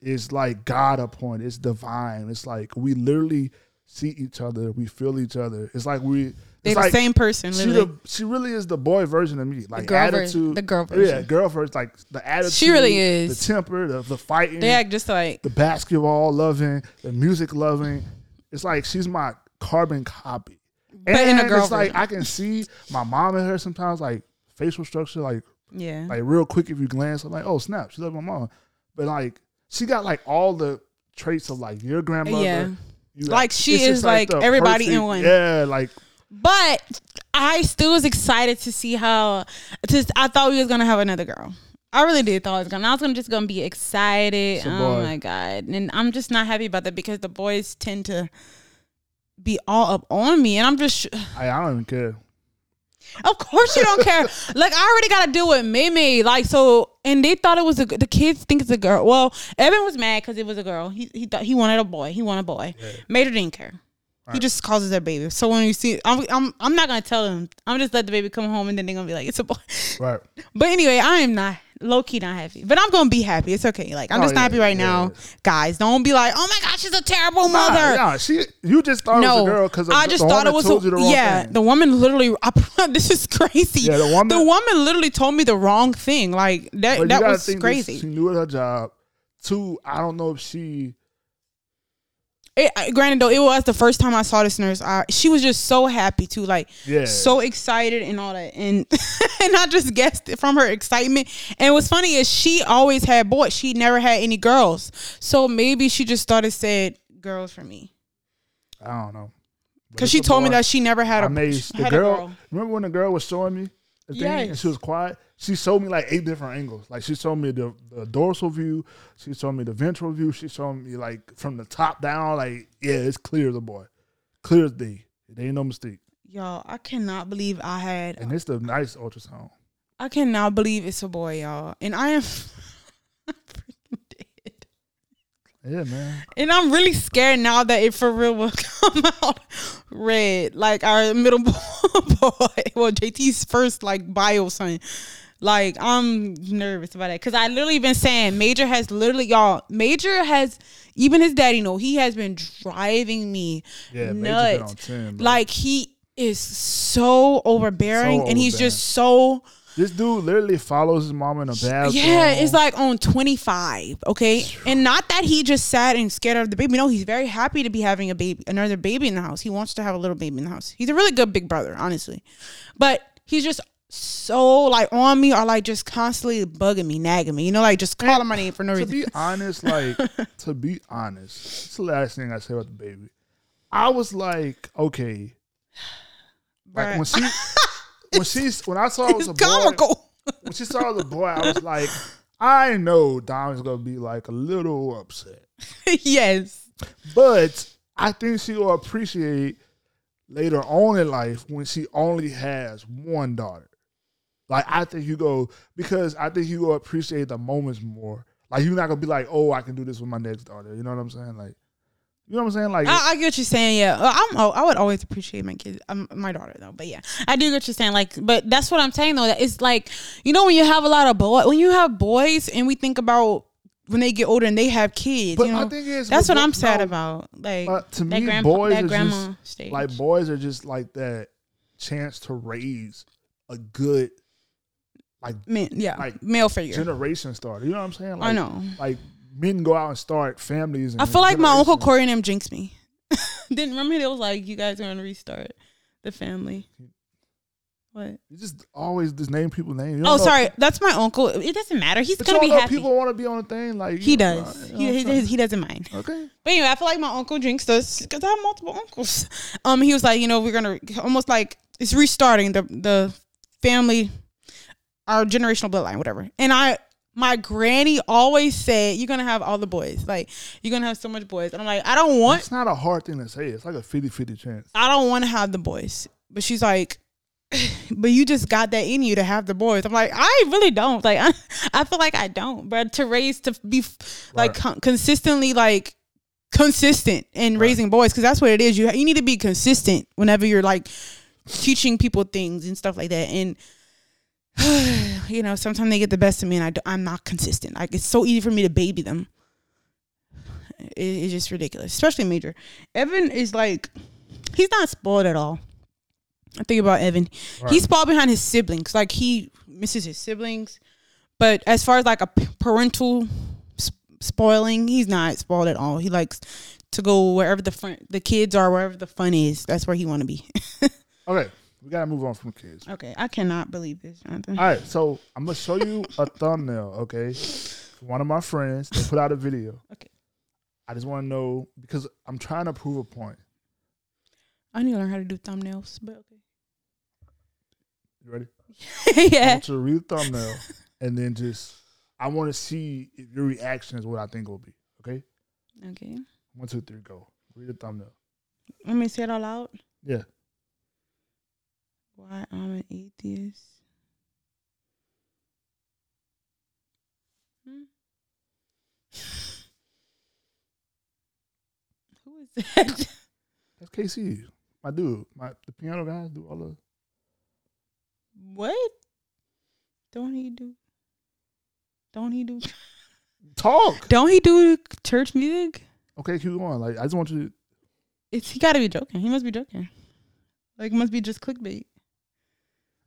[SPEAKER 1] is like God upon. It's divine. It's like we literally see each other. We feel each other. It's like we.
[SPEAKER 2] They're
[SPEAKER 1] It's
[SPEAKER 2] the
[SPEAKER 1] like
[SPEAKER 2] same person.
[SPEAKER 1] she,
[SPEAKER 2] Literally.
[SPEAKER 1] the, she really is the boy version of me. Like
[SPEAKER 2] girl ver-
[SPEAKER 1] attitude,
[SPEAKER 2] the girl
[SPEAKER 1] Yeah,
[SPEAKER 2] version.
[SPEAKER 1] girl version. Like the attitude.
[SPEAKER 2] really is.
[SPEAKER 1] the temper, the, the fighting,
[SPEAKER 2] they act just like
[SPEAKER 1] the basketball loving, the music loving. It's like she's my carbon copy.
[SPEAKER 2] But in a
[SPEAKER 1] And
[SPEAKER 2] girl
[SPEAKER 1] it's like
[SPEAKER 2] version.
[SPEAKER 1] I can see my mom in her sometimes, like facial structure, like
[SPEAKER 2] yeah.
[SPEAKER 1] like real quick if you glance, I'm like, oh snap, she loves my mom. But like she got like all the traits of like your grandmother.
[SPEAKER 2] Yeah.
[SPEAKER 1] You-
[SPEAKER 2] Like, she
[SPEAKER 1] it's just,
[SPEAKER 2] is, like,
[SPEAKER 1] the
[SPEAKER 2] everybody in one.
[SPEAKER 1] Yeah, like
[SPEAKER 2] But I still was excited to see how. To, I thought we was gonna have another girl. I really did thought I was gonna. I was gonna just gonna be excited.
[SPEAKER 1] a
[SPEAKER 2] Oh
[SPEAKER 1] boy.
[SPEAKER 2] my god! And I'm just not happy about that because the boys tend to be all up on me, and I'm just.
[SPEAKER 1] I, I don't even care.
[SPEAKER 2] Of course you don't care. Like I already got to deal with Mimi. Like so, and they thought it was a g- the kids think it's a girl. Well, Evan was mad because it was a girl. He he thought he wanted a boy. He wanted a boy. Mater didn't care. He just calls it their baby. So when you see, I'm, I'm I'm not gonna tell them. I'm just let the baby come home and then they're gonna be like it's a boy.
[SPEAKER 1] Right.
[SPEAKER 2] But anyway, I am not low key not happy. But I'm gonna be happy. It's okay. Like I'm
[SPEAKER 1] Oh,
[SPEAKER 2] just not
[SPEAKER 1] yeah,
[SPEAKER 2] happy right
[SPEAKER 1] yeah,
[SPEAKER 2] now, guys. Don't be like, oh my gosh, she's a terrible mother
[SPEAKER 1] Nah, nah, she you just thought it was a girl because
[SPEAKER 2] I just
[SPEAKER 1] the
[SPEAKER 2] thought it was
[SPEAKER 1] told you the wrong
[SPEAKER 2] yeah.
[SPEAKER 1] thing.
[SPEAKER 2] The woman literally. I, pro- this is crazy.
[SPEAKER 1] Yeah, the woman-
[SPEAKER 2] literally told me the wrong thing. Like
[SPEAKER 1] But
[SPEAKER 2] that.
[SPEAKER 1] you
[SPEAKER 2] that
[SPEAKER 1] gotta
[SPEAKER 2] was
[SPEAKER 1] think this-
[SPEAKER 2] crazy.
[SPEAKER 1] She knew her job. Two, I don't know if she
[SPEAKER 2] It- I- granted, though, it was the first time I saw this nurse. I, she was just so happy too, like
[SPEAKER 1] Yeah.
[SPEAKER 2] so excited and all that, and and I just guessed it from her excitement. And what's funny is she always had boys. She never had any girls, so maybe she just thought it said girls for me
[SPEAKER 1] I don't know. But
[SPEAKER 2] because
[SPEAKER 1] it's
[SPEAKER 2] she
[SPEAKER 1] a
[SPEAKER 2] told me
[SPEAKER 1] boy.
[SPEAKER 2] that she never had a,
[SPEAKER 1] I made the
[SPEAKER 2] had
[SPEAKER 1] girl,
[SPEAKER 2] a girl.
[SPEAKER 1] Remember when the girl was showing me the thing and
[SPEAKER 2] Yes.
[SPEAKER 1] she was quiet? She showed me like eight different angles. Like she showed me the, the dorsal view, she showed me the ventral view, she showed me like from the top down. Like yeah, it's clear as a boy, clear as day. It ain't no mistake.
[SPEAKER 2] Y'all, I cannot believe I had
[SPEAKER 1] And it's the nice ultrasound.
[SPEAKER 2] I cannot believe it's a boy, y'all. And I am I'm freaking dead.
[SPEAKER 1] Yeah, man.
[SPEAKER 2] And I'm really scared now that it for real will come out red. Like our middle boy, well, JT's first like bio son. Like I'm nervous about that because I literally been saying Major has literally y'all. Major has even his daddy know he has been driving me
[SPEAKER 1] Yeah, Major been on
[SPEAKER 2] nuts.
[SPEAKER 1] ten. Like
[SPEAKER 2] Like he is so overbearing, and he's
[SPEAKER 1] overbearing.
[SPEAKER 2] just so
[SPEAKER 1] this dude literally follows his mom in a bathroom.
[SPEAKER 2] Yeah, it's like on 25, okay? And not that he just sad and scared of the baby. No, he's very happy to be having a baby, another baby in the house. He wants to have a little baby in the house. He's a really good big brother, honestly. But he's just so like on me or like just constantly bugging me, nagging me. You know, like just calling my name for no
[SPEAKER 1] to
[SPEAKER 2] reason.
[SPEAKER 1] be honest, like to be honest, it's the last thing I say about the baby. I was like, okay, like
[SPEAKER 2] Bruh.
[SPEAKER 1] when she when she's when I saw it was
[SPEAKER 2] It's
[SPEAKER 1] a boy,
[SPEAKER 2] comical.
[SPEAKER 1] when she saw it was a boy, I was like, I know Dom is gonna be like a little upset,
[SPEAKER 2] yes.
[SPEAKER 1] but I think she will appreciate later on in life when she only has one daughter. Like I think you go because I think you will appreciate the moments more. Like you're not gonna be like, oh, I can do this with my next daughter. You know what I'm saying? Like, you know what I'm saying? Like,
[SPEAKER 2] I, I get what you're saying. Yeah, Uh, I'm. oh, I would always appreciate my kids, um, my daughter though. But yeah, I do get what you're saying. Like, but that's what I'm saying though. That it's like you know when you have a lot of boy, when you have boys, and we think about when they get older and they have kids.
[SPEAKER 1] But
[SPEAKER 2] you know,
[SPEAKER 1] I think it's-
[SPEAKER 2] that's what
[SPEAKER 1] but-
[SPEAKER 2] I'm sad
[SPEAKER 1] no,
[SPEAKER 2] about. Like
[SPEAKER 1] but to
[SPEAKER 2] that
[SPEAKER 1] me,
[SPEAKER 2] grandpa,
[SPEAKER 1] boys
[SPEAKER 2] that
[SPEAKER 1] are
[SPEAKER 2] grandma
[SPEAKER 1] just
[SPEAKER 2] stage.
[SPEAKER 1] like boys are just like that chance to raise a good like
[SPEAKER 2] Men, yeah,
[SPEAKER 1] like,
[SPEAKER 2] male figure.
[SPEAKER 1] generation starter. You know what I'm saying? Like,
[SPEAKER 2] I know.
[SPEAKER 1] Like men go out and start families. And
[SPEAKER 2] I feel like my uncle
[SPEAKER 1] generations.
[SPEAKER 2] Corey and him jinxed me. Didn't remember they was like, you guys are gonna restart the family. What?
[SPEAKER 1] You just always just name people names. You
[SPEAKER 2] Oh,
[SPEAKER 1] don't know-
[SPEAKER 2] sorry. That's my uncle. It doesn't matter. He's
[SPEAKER 1] But
[SPEAKER 2] gonna
[SPEAKER 1] you
[SPEAKER 2] be
[SPEAKER 1] don't know
[SPEAKER 2] happy.
[SPEAKER 1] People want to be on a thing like you
[SPEAKER 2] He
[SPEAKER 1] know,
[SPEAKER 2] does.
[SPEAKER 1] you know
[SPEAKER 2] he,
[SPEAKER 1] what I'm
[SPEAKER 2] he,
[SPEAKER 1] saying?
[SPEAKER 2] he doesn't mind.
[SPEAKER 1] Okay.
[SPEAKER 2] But anyway, I feel like my uncle drinks this because I have multiple uncles. Um, he was like, you know, we're gonna almost like it's restarting the the family, our generational bloodline, whatever. And I, my granny always said, "You're gonna have all the boys. Like you're gonna have so much boys." And I'm like, I don't want,
[SPEAKER 1] It's not a hard thing to say. It's like a 50-50 chance.
[SPEAKER 2] I don't want to have the boys. But she's like, "But you just got that in you to have the boys." I'm like, I really don't. Like I, I feel like I don't. But to raise to be f like
[SPEAKER 1] Right.
[SPEAKER 2] con- consistently like consistent in raising boys because that's what it is. You you need to be consistent whenever you're like teaching people things and stuff like that. And you know, sometimes they get the best of me, and I do, I'm not consistent. Like it's so easy for me to baby them. It, it's just ridiculous, especially Major. Evan is like, he's not spoiled at all. I think about Evan. He's spoiled behind his siblings. Like he misses his siblings, but as far as like a p- parental sp- spoiling, he's not spoiled at all. He likes to go wherever the fun, the kids are, wherever the fun is. That's where he want to be.
[SPEAKER 1] Okay, we gotta move on from kids.
[SPEAKER 2] okay, I cannot believe this, Jonathan.
[SPEAKER 1] All right, so I'm gonna show you a thumbnail, okay? From one of my friends they put out a video.
[SPEAKER 2] Okay.
[SPEAKER 1] I just want to know because I'm trying to prove a point.
[SPEAKER 2] I need to learn how to do thumbnails, but okay.
[SPEAKER 1] You ready? I
[SPEAKER 2] yeah.
[SPEAKER 1] want you to read the thumbnail and then just I want to see if your reaction is what I think it will be. Okay,
[SPEAKER 2] Okay.
[SPEAKER 1] one, two, three, go. Read the thumbnail.
[SPEAKER 2] Let me say it all out.
[SPEAKER 1] Yeah.
[SPEAKER 2] Why I'm an atheist. Hmm. Who is that?
[SPEAKER 1] That's KC, my dude, my the piano guy do all the.
[SPEAKER 2] what? Don't he do? Don't he do?
[SPEAKER 1] Talk.
[SPEAKER 2] Don't he do church music?
[SPEAKER 1] Okay, keep going. Like I just want you. to...
[SPEAKER 2] It's he got to be joking. He must be joking. Like it must be just clickbait.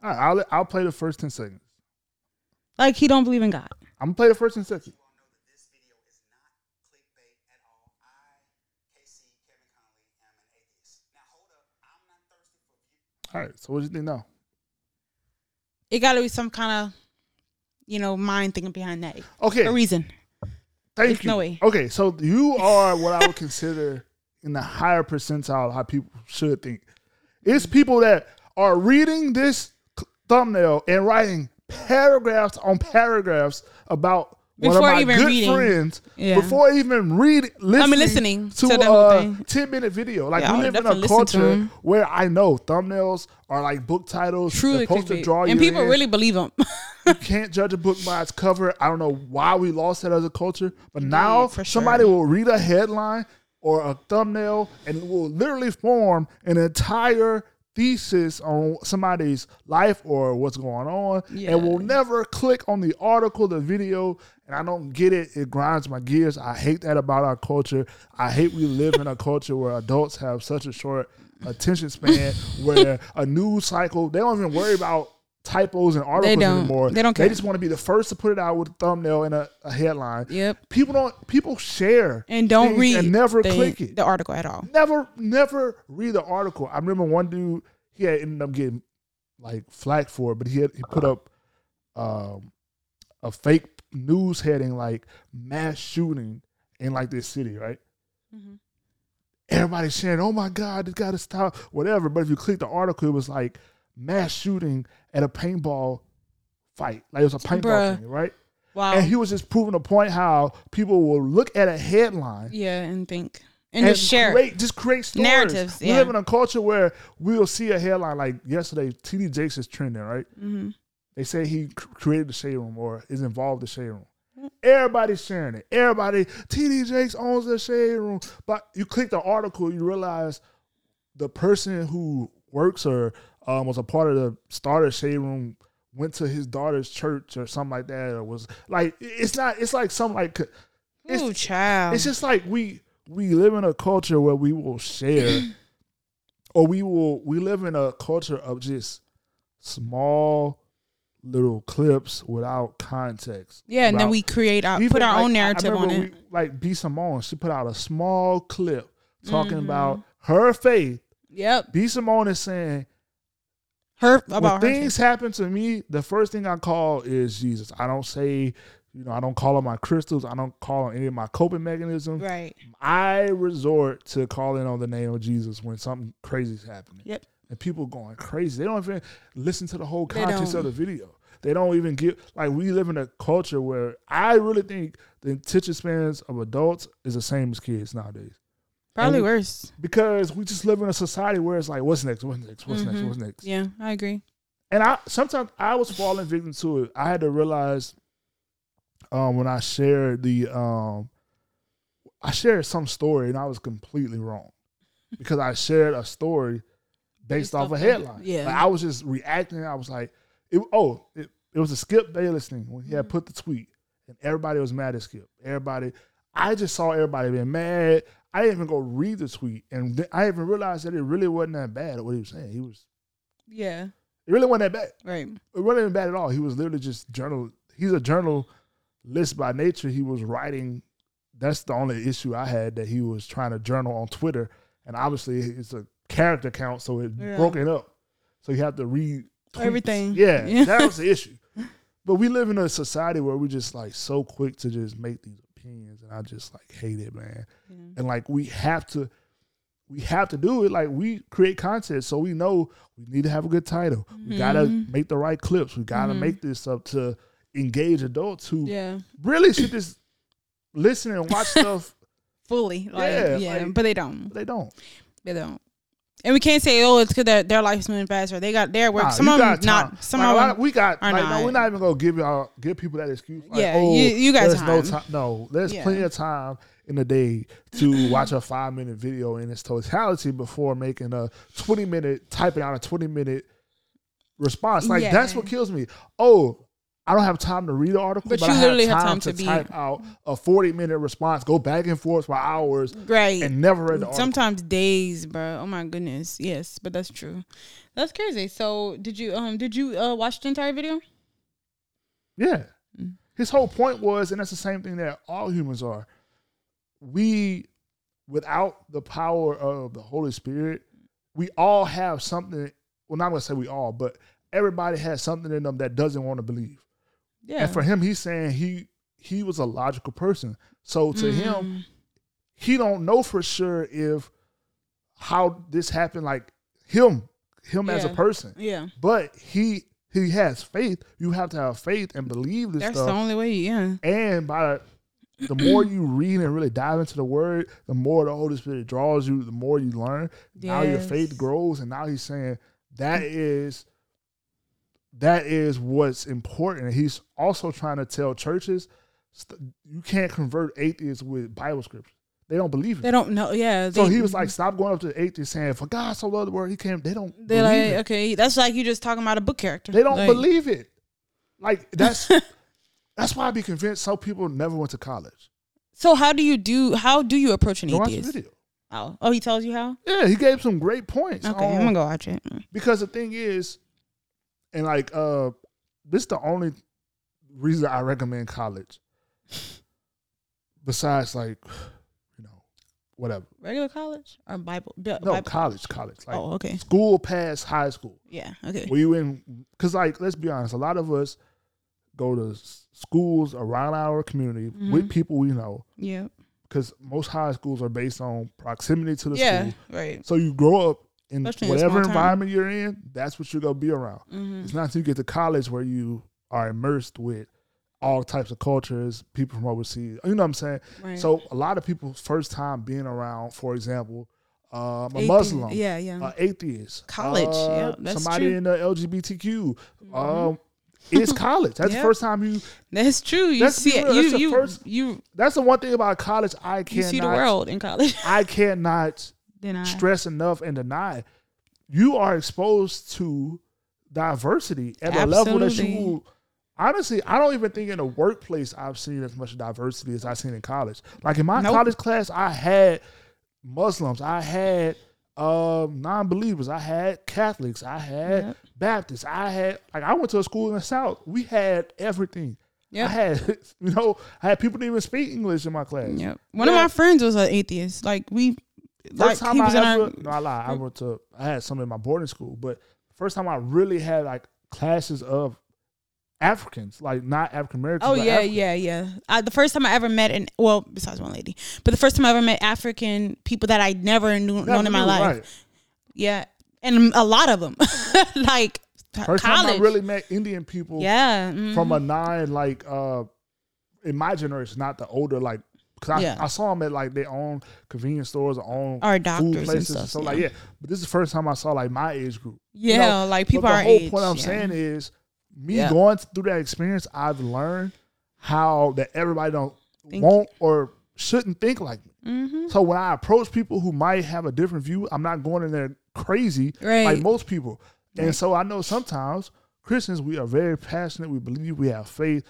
[SPEAKER 1] All right, I'll I'll play the first ten seconds.
[SPEAKER 2] Like he don't believe in God.
[SPEAKER 1] I'm gonna play the first and second.
[SPEAKER 3] you all know that this video is not clickbait at all. I, KC, Kevin Conley, am an atheist. Now hold up, I'm not thirsty for view.
[SPEAKER 1] All right. So what do you think now?
[SPEAKER 2] It got to be some kind of, you know, mind thinking behind that.
[SPEAKER 1] Okay.
[SPEAKER 2] A reason.
[SPEAKER 1] Thank
[SPEAKER 2] There's
[SPEAKER 1] you.
[SPEAKER 2] no way.
[SPEAKER 1] Okay, so you are what I would consider in the higher percentile of how people should think. It's people that are reading this c- thumbnail and writing paragraphs on paragraphs about one
[SPEAKER 2] Before
[SPEAKER 1] of my
[SPEAKER 2] even
[SPEAKER 1] good
[SPEAKER 2] reading.
[SPEAKER 1] friends
[SPEAKER 2] Yeah.
[SPEAKER 1] before even read listening,
[SPEAKER 2] listening
[SPEAKER 1] to,
[SPEAKER 2] to the
[SPEAKER 1] a
[SPEAKER 2] whole thing.
[SPEAKER 1] 10 minute video. Like
[SPEAKER 2] Yeah, I
[SPEAKER 1] we
[SPEAKER 2] would
[SPEAKER 1] live in
[SPEAKER 2] definitely
[SPEAKER 1] a
[SPEAKER 2] listen to
[SPEAKER 1] culture
[SPEAKER 2] 'em.
[SPEAKER 1] where I know thumbnails are like book titles. They're
[SPEAKER 2] Truly
[SPEAKER 1] supposed to
[SPEAKER 2] clickbait.
[SPEAKER 1] draw you
[SPEAKER 2] and people
[SPEAKER 1] in.
[SPEAKER 2] really believe them.
[SPEAKER 1] can't judge a book by its cover. I don't know why we lost that as a culture, but now
[SPEAKER 2] for sure.
[SPEAKER 1] somebody will read a headline or a thumbnail and it will literally form an entire thesis on somebody's life or what's going on
[SPEAKER 2] Yeah.
[SPEAKER 1] and will never click on the article, the video, and I don't get it. It grinds my gears. I hate that about our culture. I hate we live in a culture where adults have such a short attention span where a news cycle, they don't even worry about typos and articles
[SPEAKER 2] don't.
[SPEAKER 1] anymore.
[SPEAKER 2] They don't
[SPEAKER 1] They
[SPEAKER 2] care.
[SPEAKER 1] just want to be the first to put it out with a thumbnail and a, a headline.
[SPEAKER 2] Yep.
[SPEAKER 1] People don't people share
[SPEAKER 2] And don't
[SPEAKER 1] things
[SPEAKER 2] read
[SPEAKER 1] and never
[SPEAKER 2] the,
[SPEAKER 1] click it
[SPEAKER 2] the article at all.
[SPEAKER 1] never never read the article. I remember one dude he had ended up getting like flack for it, but he had he put up um a fake news heading like mass shooting in like this city, right?
[SPEAKER 2] Mhm.
[SPEAKER 1] Everybody sharing, oh my god, this gotta stop, whatever. But if you click the article, it was like mass shooting at a paintball fight. Like it was a paintball
[SPEAKER 2] Bruh.
[SPEAKER 1] thing, right?
[SPEAKER 2] Wow.
[SPEAKER 1] And he was just proving a point how people will look at a headline
[SPEAKER 2] yeah, and think and, just share. it.
[SPEAKER 1] create, just create stories.
[SPEAKER 2] Narratives,
[SPEAKER 1] We
[SPEAKER 2] yeah.
[SPEAKER 1] live in a culture where we'll see a headline like yesterday. TD Jakes is trending, right?
[SPEAKER 2] Mhm.
[SPEAKER 1] They say he cr- created the shade room or is involved in the shade room. Everybody's sharing it. Everybody, TD Jakes owns the shade room. But you click the article, you realize the person who works or um, was a part of the starter shade room went to his daughter's church or something like that, or was like it's not. It's like some like it's-
[SPEAKER 2] Ooh, child.
[SPEAKER 1] it's just like we we live in a culture where we will share or we will we live in a culture of just small little clips without context
[SPEAKER 2] yeah, and then
[SPEAKER 1] without-
[SPEAKER 2] we create our
[SPEAKER 1] even,
[SPEAKER 2] put our
[SPEAKER 1] like,
[SPEAKER 2] own
[SPEAKER 1] I- I
[SPEAKER 2] narrative on
[SPEAKER 1] remember
[SPEAKER 2] it.
[SPEAKER 1] we- like b simone she put out a small clip talking
[SPEAKER 2] Mm-hmm.
[SPEAKER 1] about her faith
[SPEAKER 2] Yep.
[SPEAKER 1] b simone is saying
[SPEAKER 2] Her about her.
[SPEAKER 1] when things happen to me, the first thing I call is Jesus. I don't say, you know, I don't call on my crystals. I don't call on any of my coping mechanisms.
[SPEAKER 2] Right.
[SPEAKER 1] I resort to calling on the name of Jesus when something crazy's happening.
[SPEAKER 2] Yep.
[SPEAKER 1] and people going crazy. They don't even listen to the whole
[SPEAKER 2] They
[SPEAKER 1] context of
[SPEAKER 2] don't.
[SPEAKER 1] the video. They don't even get like we live in a culture where I really think the attention spans of adults is the same as kids nowadays
[SPEAKER 2] Probably
[SPEAKER 1] And-
[SPEAKER 2] worse.
[SPEAKER 1] because we just live in a society where it's like, what's next? What's next? What's next?
[SPEAKER 2] Mhm.
[SPEAKER 1] What's next?
[SPEAKER 2] Yeah, I agree.
[SPEAKER 1] And I sometimes I was falling victim to it. I had to realize um, when I shared the um, I shared some story and I was completely wrong because I shared a story based,
[SPEAKER 2] Based
[SPEAKER 1] off,
[SPEAKER 2] off
[SPEAKER 1] a
[SPEAKER 2] of-
[SPEAKER 1] headline.
[SPEAKER 2] yeah.
[SPEAKER 1] Like, I was just reacting. I was like, it, oh, it, it was a Skip Bayless thing when he
[SPEAKER 2] Mm-hmm.
[SPEAKER 1] had put the tweet and everybody was mad at Skip. Everybody, I just saw everybody being mad. I didn't even go read the tweet and th- I even realized that it really wasn't that bad what he was saying. He was
[SPEAKER 2] Yeah.
[SPEAKER 1] it really wasn't that bad
[SPEAKER 2] Right.
[SPEAKER 1] it wasn't even bad at all. He was literally just journal. He's a journalist by nature. He was writing. That's the only issue I had that he was trying to journal on Twitter, and obviously it's a character count, so it
[SPEAKER 2] Yeah.
[SPEAKER 1] broken up. So you have to read tweets.
[SPEAKER 2] Everything.
[SPEAKER 1] Yeah,
[SPEAKER 2] Yeah.
[SPEAKER 1] that was the issue. But we live in a society where we're just like so quick to just make these opinions, and I just like hate it, man
[SPEAKER 2] Yeah.
[SPEAKER 1] and like we have to we have to do it like we create content so we know we need to have a good title we gotta
[SPEAKER 2] Mhm.
[SPEAKER 1] make the right clips we gotta
[SPEAKER 2] Mhm.
[SPEAKER 1] make this up to engage adults who
[SPEAKER 2] Yeah.
[SPEAKER 1] really should just listen and watch stuff
[SPEAKER 2] Fully. Like,
[SPEAKER 1] Yeah,
[SPEAKER 2] yeah.
[SPEAKER 1] like-
[SPEAKER 2] but they don't.
[SPEAKER 1] but they don't
[SPEAKER 2] They don't. And we can't say, oh, it's because their their life's moving faster. They got their work.
[SPEAKER 1] Nah,
[SPEAKER 2] some
[SPEAKER 1] you
[SPEAKER 2] of
[SPEAKER 1] got
[SPEAKER 2] them
[SPEAKER 1] time.
[SPEAKER 2] not. Some
[SPEAKER 1] Like, a
[SPEAKER 2] of
[SPEAKER 1] lot
[SPEAKER 2] them.
[SPEAKER 1] we got
[SPEAKER 2] are
[SPEAKER 1] like no,
[SPEAKER 2] not.
[SPEAKER 1] we're not even gonna give y'all give people that excuse like,
[SPEAKER 2] Yeah,
[SPEAKER 1] oh,
[SPEAKER 2] you- you got
[SPEAKER 1] there's no
[SPEAKER 2] time.
[SPEAKER 1] time no there's
[SPEAKER 2] Yeah.
[SPEAKER 1] plenty of time in the day to watch a five minute video in its totality before making a 20 minute typing out a 20 minute response like that's
[SPEAKER 2] Yeah.
[SPEAKER 1] what kills me oh I don't have time to read the article, but,
[SPEAKER 2] But
[SPEAKER 1] I
[SPEAKER 2] you
[SPEAKER 1] have
[SPEAKER 2] literally
[SPEAKER 1] time, to,
[SPEAKER 2] be-
[SPEAKER 1] type out a forty-minute response, go back and forth for hours,
[SPEAKER 2] Great.
[SPEAKER 1] and never read the article.
[SPEAKER 2] Sometimes days, bro. Oh my goodness. Yes, but that's true. That's crazy. So did you um did you uh watch the entire video?
[SPEAKER 1] Yeah.
[SPEAKER 2] Mm.
[SPEAKER 1] His whole point was, and that's the same thing that all humans are. We, without the power of the Holy Spirit, we all have something. Well, not gonna say we all, but everybody has something in them that doesn't want to believe.
[SPEAKER 2] Yeah.
[SPEAKER 1] And for him, he's saying he he was a logical person. So to him,
[SPEAKER 2] Mm.
[SPEAKER 1] he don't know for sure if how this happened, like him, him as a
[SPEAKER 2] Yeah.
[SPEAKER 1] person.
[SPEAKER 2] Yeah.
[SPEAKER 1] But he he has faith. You have to have faith and believe this
[SPEAKER 2] That's
[SPEAKER 1] stuff.
[SPEAKER 2] the only way, yeah.
[SPEAKER 1] And by the more you read and really dive into the word, the more the Holy Spirit draws you, the more you learn. Now your
[SPEAKER 2] Yes.
[SPEAKER 1] faith grows, and now he's saying that is that is what's important. And he's also trying to tell churches st- you can't convert atheists with Bible scripture. They don't believe
[SPEAKER 2] They
[SPEAKER 1] it.
[SPEAKER 2] don't know. Yeah.
[SPEAKER 1] So
[SPEAKER 2] they-
[SPEAKER 1] he was like, stop going up to the atheists saying, "For God so loved the world, He came." They don't.
[SPEAKER 2] They're
[SPEAKER 1] believe
[SPEAKER 2] like,
[SPEAKER 1] it.
[SPEAKER 2] okay, that's like you just talking about a book character.
[SPEAKER 1] They don't
[SPEAKER 2] Like,
[SPEAKER 1] believe it. Like that's that's why I be convinced some people never went to college.
[SPEAKER 2] So how do you do? How do you approach an
[SPEAKER 1] Go watch the
[SPEAKER 2] atheist?
[SPEAKER 1] video.
[SPEAKER 2] Oh, oh, he tells you how.
[SPEAKER 1] Yeah, he gave some great points.
[SPEAKER 2] Okay, I'm
[SPEAKER 1] on-
[SPEAKER 2] gonna go watch it.
[SPEAKER 1] Because the thing is, and like uh this is the only reason I recommend college. Besides like, you know, whatever.
[SPEAKER 2] Regular college or Bible? Bi-
[SPEAKER 1] No,
[SPEAKER 2] Bible-
[SPEAKER 1] college, college. Like
[SPEAKER 2] Oh, okay.
[SPEAKER 1] school past high school.
[SPEAKER 2] Yeah. Okay.
[SPEAKER 1] Were you in? Because like, let's be honest, a lot of us go to s- schools around our community
[SPEAKER 2] Mm-hmm.
[SPEAKER 1] with people we know.
[SPEAKER 2] Yeah.
[SPEAKER 1] Because most high schools are based on proximity to the
[SPEAKER 2] Yeah.
[SPEAKER 1] school.
[SPEAKER 2] Right.
[SPEAKER 1] So you grow up in
[SPEAKER 2] Especially in a
[SPEAKER 1] whatever
[SPEAKER 2] small town.
[SPEAKER 1] environment you're in, that's what you're gonna be around.
[SPEAKER 2] Mm-hmm.
[SPEAKER 1] It's not until you get to college where you are immersed with all types of cultures, people from overseas. You know what I'm saying?
[SPEAKER 2] Right.
[SPEAKER 1] So a lot of people first time being around, for example, um, a
[SPEAKER 2] Atheist-
[SPEAKER 1] Muslim,
[SPEAKER 2] Yeah. Yeah.
[SPEAKER 1] uh, atheist,
[SPEAKER 2] College,
[SPEAKER 1] uh,
[SPEAKER 2] yeah, that's
[SPEAKER 1] somebody
[SPEAKER 2] true. Mm-hmm.
[SPEAKER 1] in the LGBTQ. Um, it's college. That's
[SPEAKER 2] Yeah.
[SPEAKER 1] the first time you.
[SPEAKER 2] That's true. You
[SPEAKER 1] Let's be
[SPEAKER 2] see it.
[SPEAKER 1] real, that's
[SPEAKER 2] You
[SPEAKER 1] the
[SPEAKER 2] you,
[SPEAKER 1] first-
[SPEAKER 2] you
[SPEAKER 1] That's the one thing about college I cannot.
[SPEAKER 2] you see the world in college.
[SPEAKER 1] I cannot
[SPEAKER 2] then I
[SPEAKER 1] stress enough and deny. You are exposed to diversity at a level that
[SPEAKER 2] Absolutely.
[SPEAKER 1] you. Honestly, I don't even think in the workplace I've seen as much diversity as I've seen in college. Like in my
[SPEAKER 2] Nope.
[SPEAKER 1] college class, I had Muslims, I had um, non-believers, I had Catholics, I had
[SPEAKER 2] Yep.
[SPEAKER 1] Baptists, I had like I went to a school in the South. We had everything.
[SPEAKER 2] Yep.
[SPEAKER 1] I had you know I had people didn't even speak English in my class.
[SPEAKER 2] Yep. One
[SPEAKER 1] Yeah.
[SPEAKER 2] of my friends was an atheist. Like we, like
[SPEAKER 1] First
[SPEAKER 2] he
[SPEAKER 1] time
[SPEAKER 2] was
[SPEAKER 1] I
[SPEAKER 2] in
[SPEAKER 1] ever,
[SPEAKER 2] our.
[SPEAKER 1] no, I lie. I went to, I had some in my boarding school, but first time I really had like classes of Africans, like not African Americans.
[SPEAKER 2] Oh
[SPEAKER 1] but
[SPEAKER 2] yeah,
[SPEAKER 1] African.
[SPEAKER 2] yeah, yeah. I, the first time I ever met an well, besides one lady, but the first time I ever met African people that I never knew
[SPEAKER 1] Never
[SPEAKER 2] known in my
[SPEAKER 1] knew,
[SPEAKER 2] life.
[SPEAKER 1] right.
[SPEAKER 2] Yeah, and a lot of them, like t-
[SPEAKER 1] First time
[SPEAKER 2] college.
[SPEAKER 1] I really met Indian people
[SPEAKER 2] yeah, mhm.
[SPEAKER 1] from a nine like uh in my generation, not the older like. Cause I,
[SPEAKER 2] Yeah.
[SPEAKER 1] I saw them at like their own convenience stores, their own
[SPEAKER 2] Or doctors and stuff,
[SPEAKER 1] so like
[SPEAKER 2] yeah.
[SPEAKER 1] yeah, but this is the first time I saw like my age group.
[SPEAKER 2] yeah, like people
[SPEAKER 1] but the
[SPEAKER 2] are.
[SPEAKER 1] whole
[SPEAKER 2] age,
[SPEAKER 1] point I'm
[SPEAKER 2] yeah.
[SPEAKER 1] saying is me
[SPEAKER 2] Yeah.
[SPEAKER 1] going through that experience, I've learned how that everybody don't
[SPEAKER 2] Think-
[SPEAKER 1] won't or shouldn't think like me.
[SPEAKER 2] Mm-hmm.
[SPEAKER 1] So when I approach people who might have a different view, I'm not going in there crazy
[SPEAKER 2] Right.
[SPEAKER 1] like most people. And so I know sometimes Christians we are very passionate, we believe, we have faith,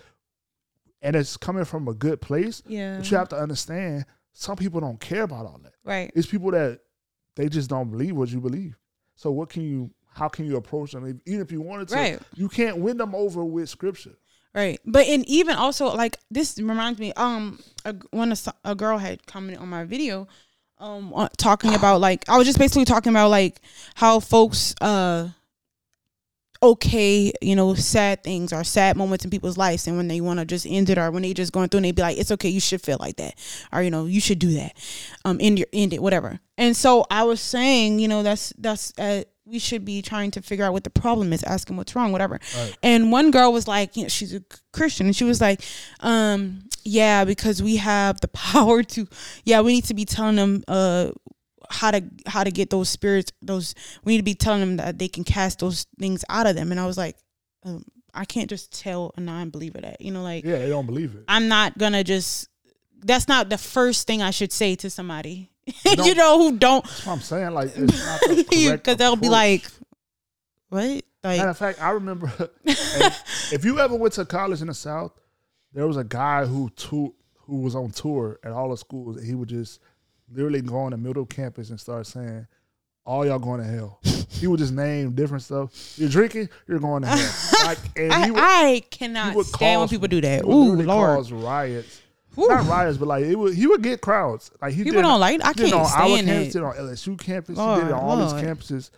[SPEAKER 1] and it's coming from a good place.
[SPEAKER 2] Yeah.
[SPEAKER 1] But you have to understand some people don't care about all that.
[SPEAKER 2] right.
[SPEAKER 1] It's people that they just don't believe what you believe. So what can you? How can you approach them? If- Even if you wanted to,
[SPEAKER 2] Right.
[SPEAKER 1] you can't win them over with scripture.
[SPEAKER 2] Right, but and even also like this reminds me. Um, a, when a, a girl had commented on my video, um, on- talking about like I was just basically talking about like how folks uh okay, you know, sad things or sad moments in people's lives and when they want to just end it or when they just going through and they be like, it's okay, you should feel like that. Or, you know, you should do that. Um, end your end it, whatever. And so I was saying, you know, that's that's uh we should be trying to figure out what the problem is, ask them what's wrong, whatever. And one girl was like, you know, she's a Christian and she was like, um, yeah, because we have the power to yeah, we need to be telling them uh how to how to get those spirits those we need to be telling them that they can cast those things out of them and i was like um, i can't just tell a non-believer that you know like
[SPEAKER 1] Yeah, they don't believe it.
[SPEAKER 2] i'm not gonna just that's not the first thing i should say to somebody you
[SPEAKER 1] don't-
[SPEAKER 2] know who don't
[SPEAKER 1] That's what I'm saying. Like, it's not the correct
[SPEAKER 2] because they'll be
[SPEAKER 1] approach.
[SPEAKER 2] like what
[SPEAKER 1] Matter
[SPEAKER 2] like
[SPEAKER 1] of fact, I remember and if you ever went to college in the South, there was a guy who tou- who was on tour at all the schools. And he would just literally go on the middle of campus and start saying, "All y'all going to hell." he would just name different stuff. You're drinking, you're going to hell. Like, and
[SPEAKER 2] I,
[SPEAKER 1] he would,
[SPEAKER 2] I
[SPEAKER 1] he
[SPEAKER 2] cannot
[SPEAKER 1] would
[SPEAKER 2] stand when
[SPEAKER 1] cause-
[SPEAKER 2] people do that.
[SPEAKER 1] he
[SPEAKER 2] Ooh,
[SPEAKER 1] would literally
[SPEAKER 2] Lord.
[SPEAKER 1] cause riots.
[SPEAKER 2] Whew.
[SPEAKER 1] Not riots, but like it would, he would get crowds. Like he
[SPEAKER 2] People
[SPEAKER 1] did,
[SPEAKER 2] don't like- I
[SPEAKER 1] did it on
[SPEAKER 2] can't
[SPEAKER 1] our
[SPEAKER 2] stand
[SPEAKER 1] campus,
[SPEAKER 2] it.
[SPEAKER 1] did it on LSU campus, he
[SPEAKER 2] Lord,
[SPEAKER 1] did it on all
[SPEAKER 2] Lord.
[SPEAKER 1] these campuses,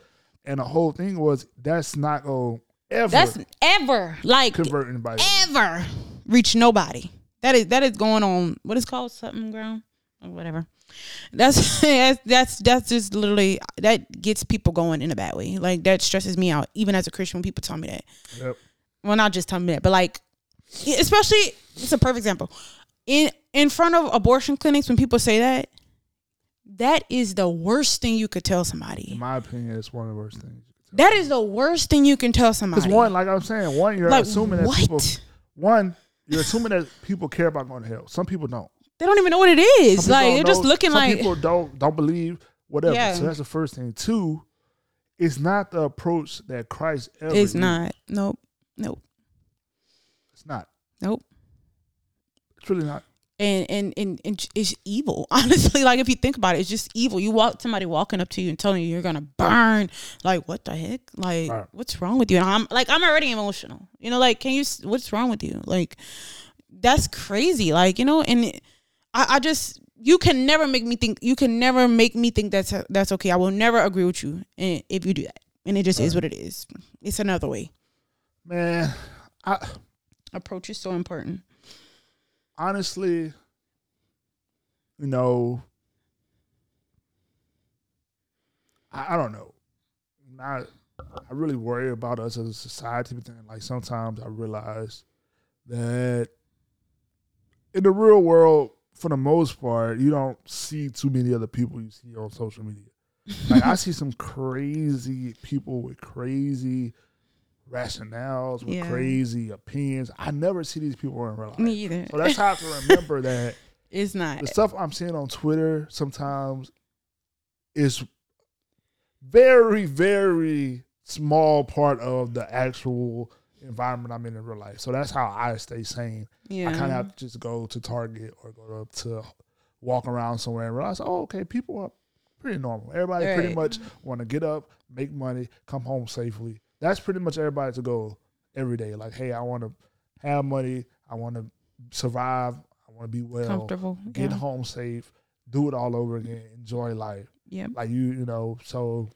[SPEAKER 1] and the whole thing was that's not gonna ever
[SPEAKER 2] That's ever. Like,
[SPEAKER 1] convert anybody.
[SPEAKER 2] ever reach nobody. That is that is going on. What is called something ground or whatever. That's that's that's that's just literally that gets people going in a bad way. Like that stresses me out, even as a Christian. When people tell me that,
[SPEAKER 1] Yep.
[SPEAKER 2] well, not just tell me that, but like, especially it's a perfect example in in front of abortion clinics when people say that. That is the worst thing you could tell
[SPEAKER 1] In
[SPEAKER 2] somebody.
[SPEAKER 1] my opinion, it's one of the worst things.
[SPEAKER 2] That is the worst thing you can tell
[SPEAKER 1] Because
[SPEAKER 2] somebody.
[SPEAKER 1] one, like I'm saying, one you're
[SPEAKER 2] Like,
[SPEAKER 1] assuming that
[SPEAKER 2] what?
[SPEAKER 1] people. One, you're assuming that people care about going to hell. Some people don't.
[SPEAKER 2] they don't even know what it
[SPEAKER 1] Some
[SPEAKER 2] is.
[SPEAKER 1] people
[SPEAKER 2] Like
[SPEAKER 1] don't
[SPEAKER 2] they're just
[SPEAKER 1] know-
[SPEAKER 2] looking
[SPEAKER 1] some
[SPEAKER 2] like
[SPEAKER 1] people don't don't believe whatever.
[SPEAKER 2] Yeah.
[SPEAKER 1] So that's the first thing. Two, it's not the approach that Christ ever.
[SPEAKER 2] It's
[SPEAKER 1] used.
[SPEAKER 2] not. Nope. Nope.
[SPEAKER 1] It's not.
[SPEAKER 2] Nope.
[SPEAKER 1] It's really not.
[SPEAKER 2] And and and, and it's evil. Honestly, like if you think about it, it's just evil. You walk somebody walking up to you and telling you you're gonna burn. Like what the heck? Like
[SPEAKER 1] Right.
[SPEAKER 2] what's wrong with you? And I'm like I'm already emotional. You know, like can you? s- What's wrong with you? Like that's crazy. Like you know, and it- I, I just you can never make me think. You can never make me think that's that's okay. I will never agree with you eh, if you do that. And it just is what it is. It's another way.
[SPEAKER 1] Man, I
[SPEAKER 2] Approach is so important.
[SPEAKER 1] honestly, you know, I, I don't know. I I really worry about us as a society, but then like sometimes I realize that in the real world, for the most part, you don't see too many other people you see on social media. Like I see some crazy people with crazy rationales, with
[SPEAKER 2] Yeah.
[SPEAKER 1] crazy opinions. I never see these people in real life.
[SPEAKER 2] Me either.
[SPEAKER 1] So that's how to remember that
[SPEAKER 2] It's not.
[SPEAKER 1] the stuff I'm seeing on Twitter sometimes is very, very small part of the actual environment I'm in in real life. So that's how I stay sane.
[SPEAKER 2] Yeah.
[SPEAKER 1] I kind of have to just go to Target or go up to walk around somewhere and realize, oh, okay, people are pretty normal. Everybody pretty
[SPEAKER 2] Right.
[SPEAKER 1] much want to get up, make money, come home safely. That's pretty much everybody's goal every day. Like, hey, I want to have money. I want to survive. I want to be well,
[SPEAKER 2] comfortable.
[SPEAKER 1] get
[SPEAKER 2] yeah.
[SPEAKER 1] home safe, do it all over again, enjoy life.
[SPEAKER 2] Yep.
[SPEAKER 1] Like you, you know. So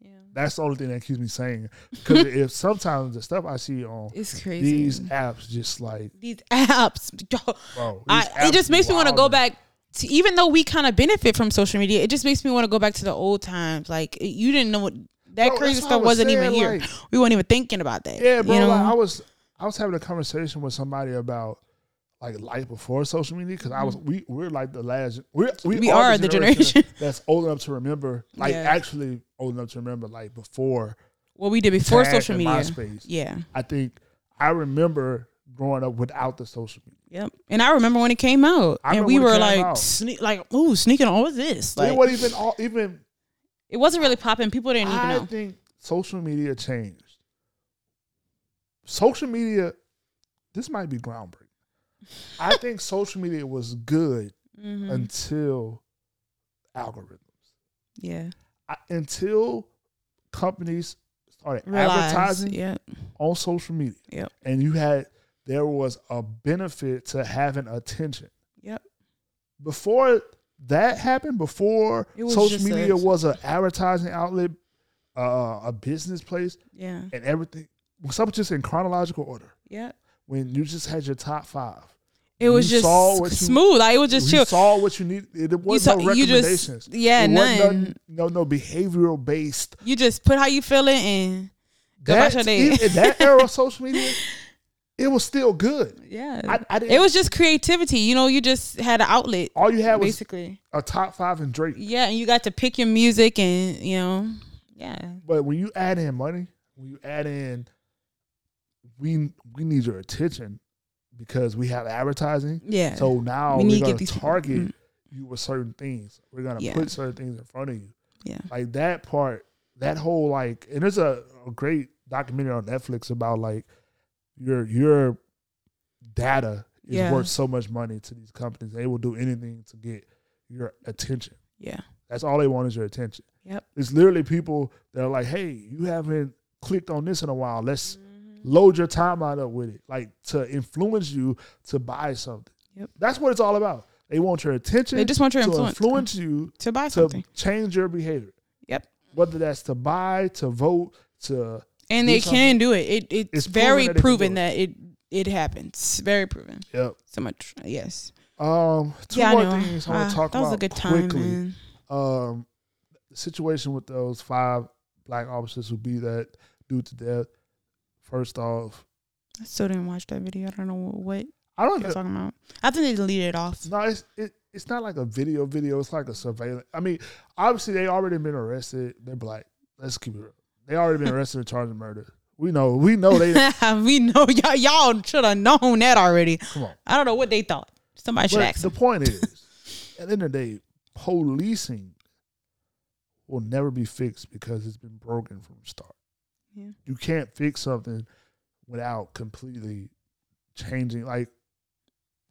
[SPEAKER 2] Yeah.
[SPEAKER 1] that's the only thing that keeps me sane. Because if sometimes the stuff I see on
[SPEAKER 2] It's crazy.
[SPEAKER 1] these
[SPEAKER 2] These,
[SPEAKER 1] apps, just like
[SPEAKER 2] apps. yo,
[SPEAKER 1] bro,
[SPEAKER 2] I,
[SPEAKER 1] these
[SPEAKER 2] it just
[SPEAKER 1] apps
[SPEAKER 2] makes me want to go
[SPEAKER 1] wild.
[SPEAKER 2] back to, even though we kind of benefit from social media, it just makes me want to go back to the old times. Like, it- you didn't know what That
[SPEAKER 1] Bro,
[SPEAKER 2] crazy
[SPEAKER 1] that's what I
[SPEAKER 2] stuff
[SPEAKER 1] was
[SPEAKER 2] wasn't even
[SPEAKER 1] saying,
[SPEAKER 2] here.
[SPEAKER 1] like-
[SPEAKER 2] we weren't even thinking about that.
[SPEAKER 1] Yeah, bro.
[SPEAKER 2] You know?
[SPEAKER 1] like, I was I was having a conversation with somebody about like life before social media because I was we we're like the last we're, we
[SPEAKER 2] Mm. We are the generation.
[SPEAKER 1] that's old enough to remember like
[SPEAKER 2] Yeah.
[SPEAKER 1] actually old enough to remember like before
[SPEAKER 2] what we did before
[SPEAKER 1] Tag
[SPEAKER 2] social
[SPEAKER 1] and
[SPEAKER 2] media.
[SPEAKER 1] MySpace.
[SPEAKER 2] Yeah.
[SPEAKER 1] I think I remember growing up without the social media.
[SPEAKER 2] Yep. And I remember when it came out,
[SPEAKER 1] I remember
[SPEAKER 2] and we
[SPEAKER 1] when it
[SPEAKER 2] were
[SPEAKER 1] came
[SPEAKER 2] like,
[SPEAKER 1] out.
[SPEAKER 2] sne- like, ooh, sneaking on. What's this? Like,
[SPEAKER 1] it wasn't even all even
[SPEAKER 2] it wasn't really popping. People didn't even
[SPEAKER 1] I
[SPEAKER 2] know.
[SPEAKER 1] think social media changed. Social media, this might be groundbreaking. I think social media was good
[SPEAKER 2] Mm-hmm,
[SPEAKER 1] until algorithms.
[SPEAKER 2] Yeah.
[SPEAKER 1] I, until companies started
[SPEAKER 2] Realize,
[SPEAKER 1] advertising
[SPEAKER 2] Yeah.
[SPEAKER 1] on social media,
[SPEAKER 2] Yep.
[SPEAKER 1] and you had there was a benefit to having attention.
[SPEAKER 2] Yep.
[SPEAKER 1] Before that happened, before
[SPEAKER 2] It was
[SPEAKER 1] social
[SPEAKER 2] just
[SPEAKER 1] media
[SPEAKER 2] a-
[SPEAKER 1] was an advertising outlet, uh, a business place
[SPEAKER 2] Yeah.
[SPEAKER 1] and everything was something just in chronological order.
[SPEAKER 2] Yep.
[SPEAKER 1] When you just had your top five,
[SPEAKER 2] It was
[SPEAKER 1] You
[SPEAKER 2] just
[SPEAKER 1] saw what you-
[SPEAKER 2] smooth. like it was just
[SPEAKER 1] you
[SPEAKER 2] chill.
[SPEAKER 1] saw what you need. It was
[SPEAKER 2] saw-
[SPEAKER 1] no
[SPEAKER 2] you just-
[SPEAKER 1] recommendations.
[SPEAKER 2] yeah,
[SPEAKER 1] it wasn't
[SPEAKER 2] none.
[SPEAKER 1] no, no behavioral based.
[SPEAKER 2] You just put how you feeling and go about
[SPEAKER 1] That
[SPEAKER 2] your day.
[SPEAKER 1] in, in that era of social media, it was still good.
[SPEAKER 2] yeah.
[SPEAKER 1] I, I didn't,
[SPEAKER 2] it was just creativity. You know, you just had an outlet
[SPEAKER 1] all you had was
[SPEAKER 2] basically.
[SPEAKER 1] a top five and Drake.
[SPEAKER 2] Yeah, and you got to pick your music and you know, yeah.
[SPEAKER 1] But when you add in money, when you add in, we we need your attention because we have advertising.
[SPEAKER 2] Yeah.
[SPEAKER 1] So now
[SPEAKER 2] We
[SPEAKER 1] we
[SPEAKER 2] need
[SPEAKER 1] are
[SPEAKER 2] to get
[SPEAKER 1] gonna
[SPEAKER 2] these people-
[SPEAKER 1] target
[SPEAKER 2] Mm.
[SPEAKER 1] you with certain things. We're gonna
[SPEAKER 2] Yeah.
[SPEAKER 1] put certain things in front of you.
[SPEAKER 2] Yeah.
[SPEAKER 1] Like that part, that whole like, and there's a, a great documentary on Netflix about like your your data is
[SPEAKER 2] Yeah.
[SPEAKER 1] worth so much money to these companies. They will do anything to get your attention.
[SPEAKER 2] Yeah.
[SPEAKER 1] That's all they want is your attention.
[SPEAKER 2] Yep.
[SPEAKER 1] It's literally people that are like, hey, you haven't clicked on this in a while. Let's
[SPEAKER 2] Mm-hmm.
[SPEAKER 1] load your timeline up with it, like to influence you to buy something.
[SPEAKER 2] Yep.
[SPEAKER 1] That's what it's all about. They want your attention.
[SPEAKER 2] They just want your
[SPEAKER 1] to
[SPEAKER 2] influence.
[SPEAKER 1] influence you
[SPEAKER 2] To buy
[SPEAKER 1] to
[SPEAKER 2] something.
[SPEAKER 1] change your behavior,
[SPEAKER 2] Yep.
[SPEAKER 1] whether that's to buy, to vote, to
[SPEAKER 2] And
[SPEAKER 1] do
[SPEAKER 2] they can do it. It, it's,
[SPEAKER 1] It's proven
[SPEAKER 2] very
[SPEAKER 1] that they can
[SPEAKER 2] proven
[SPEAKER 1] do it.
[SPEAKER 2] that it it happens. Very proven.
[SPEAKER 1] yep.
[SPEAKER 2] So much. Yes.
[SPEAKER 1] Um, two
[SPEAKER 2] yeah,
[SPEAKER 1] more
[SPEAKER 2] I know.
[SPEAKER 1] things I want
[SPEAKER 2] Ah,
[SPEAKER 1] to talk
[SPEAKER 2] that
[SPEAKER 1] about
[SPEAKER 2] was a good time.
[SPEAKER 1] quickly.
[SPEAKER 2] man.
[SPEAKER 1] um the situation with those five black officers who beat that dude to death. First off,
[SPEAKER 2] I still didn't watch that video. I don't know what
[SPEAKER 1] I don't
[SPEAKER 2] you're
[SPEAKER 1] know.
[SPEAKER 2] talking about. I think they deleted it off.
[SPEAKER 1] No, it's it, it's not like a video video. It's like a surveillance. I mean, obviously they already been arrested. They're black. Let's keep it. real. They already been arrested and charged with murder. We know. We know they.
[SPEAKER 2] we know y'all y'all should have known that already.
[SPEAKER 1] come on.
[SPEAKER 2] I don't know what they thought. Somebody should
[SPEAKER 1] But
[SPEAKER 2] ask
[SPEAKER 1] the
[SPEAKER 2] them.
[SPEAKER 1] point is, at the end of the day, policing will never be fixed because it's been broken from the start.
[SPEAKER 2] Yeah.
[SPEAKER 1] You can't fix something without completely changing like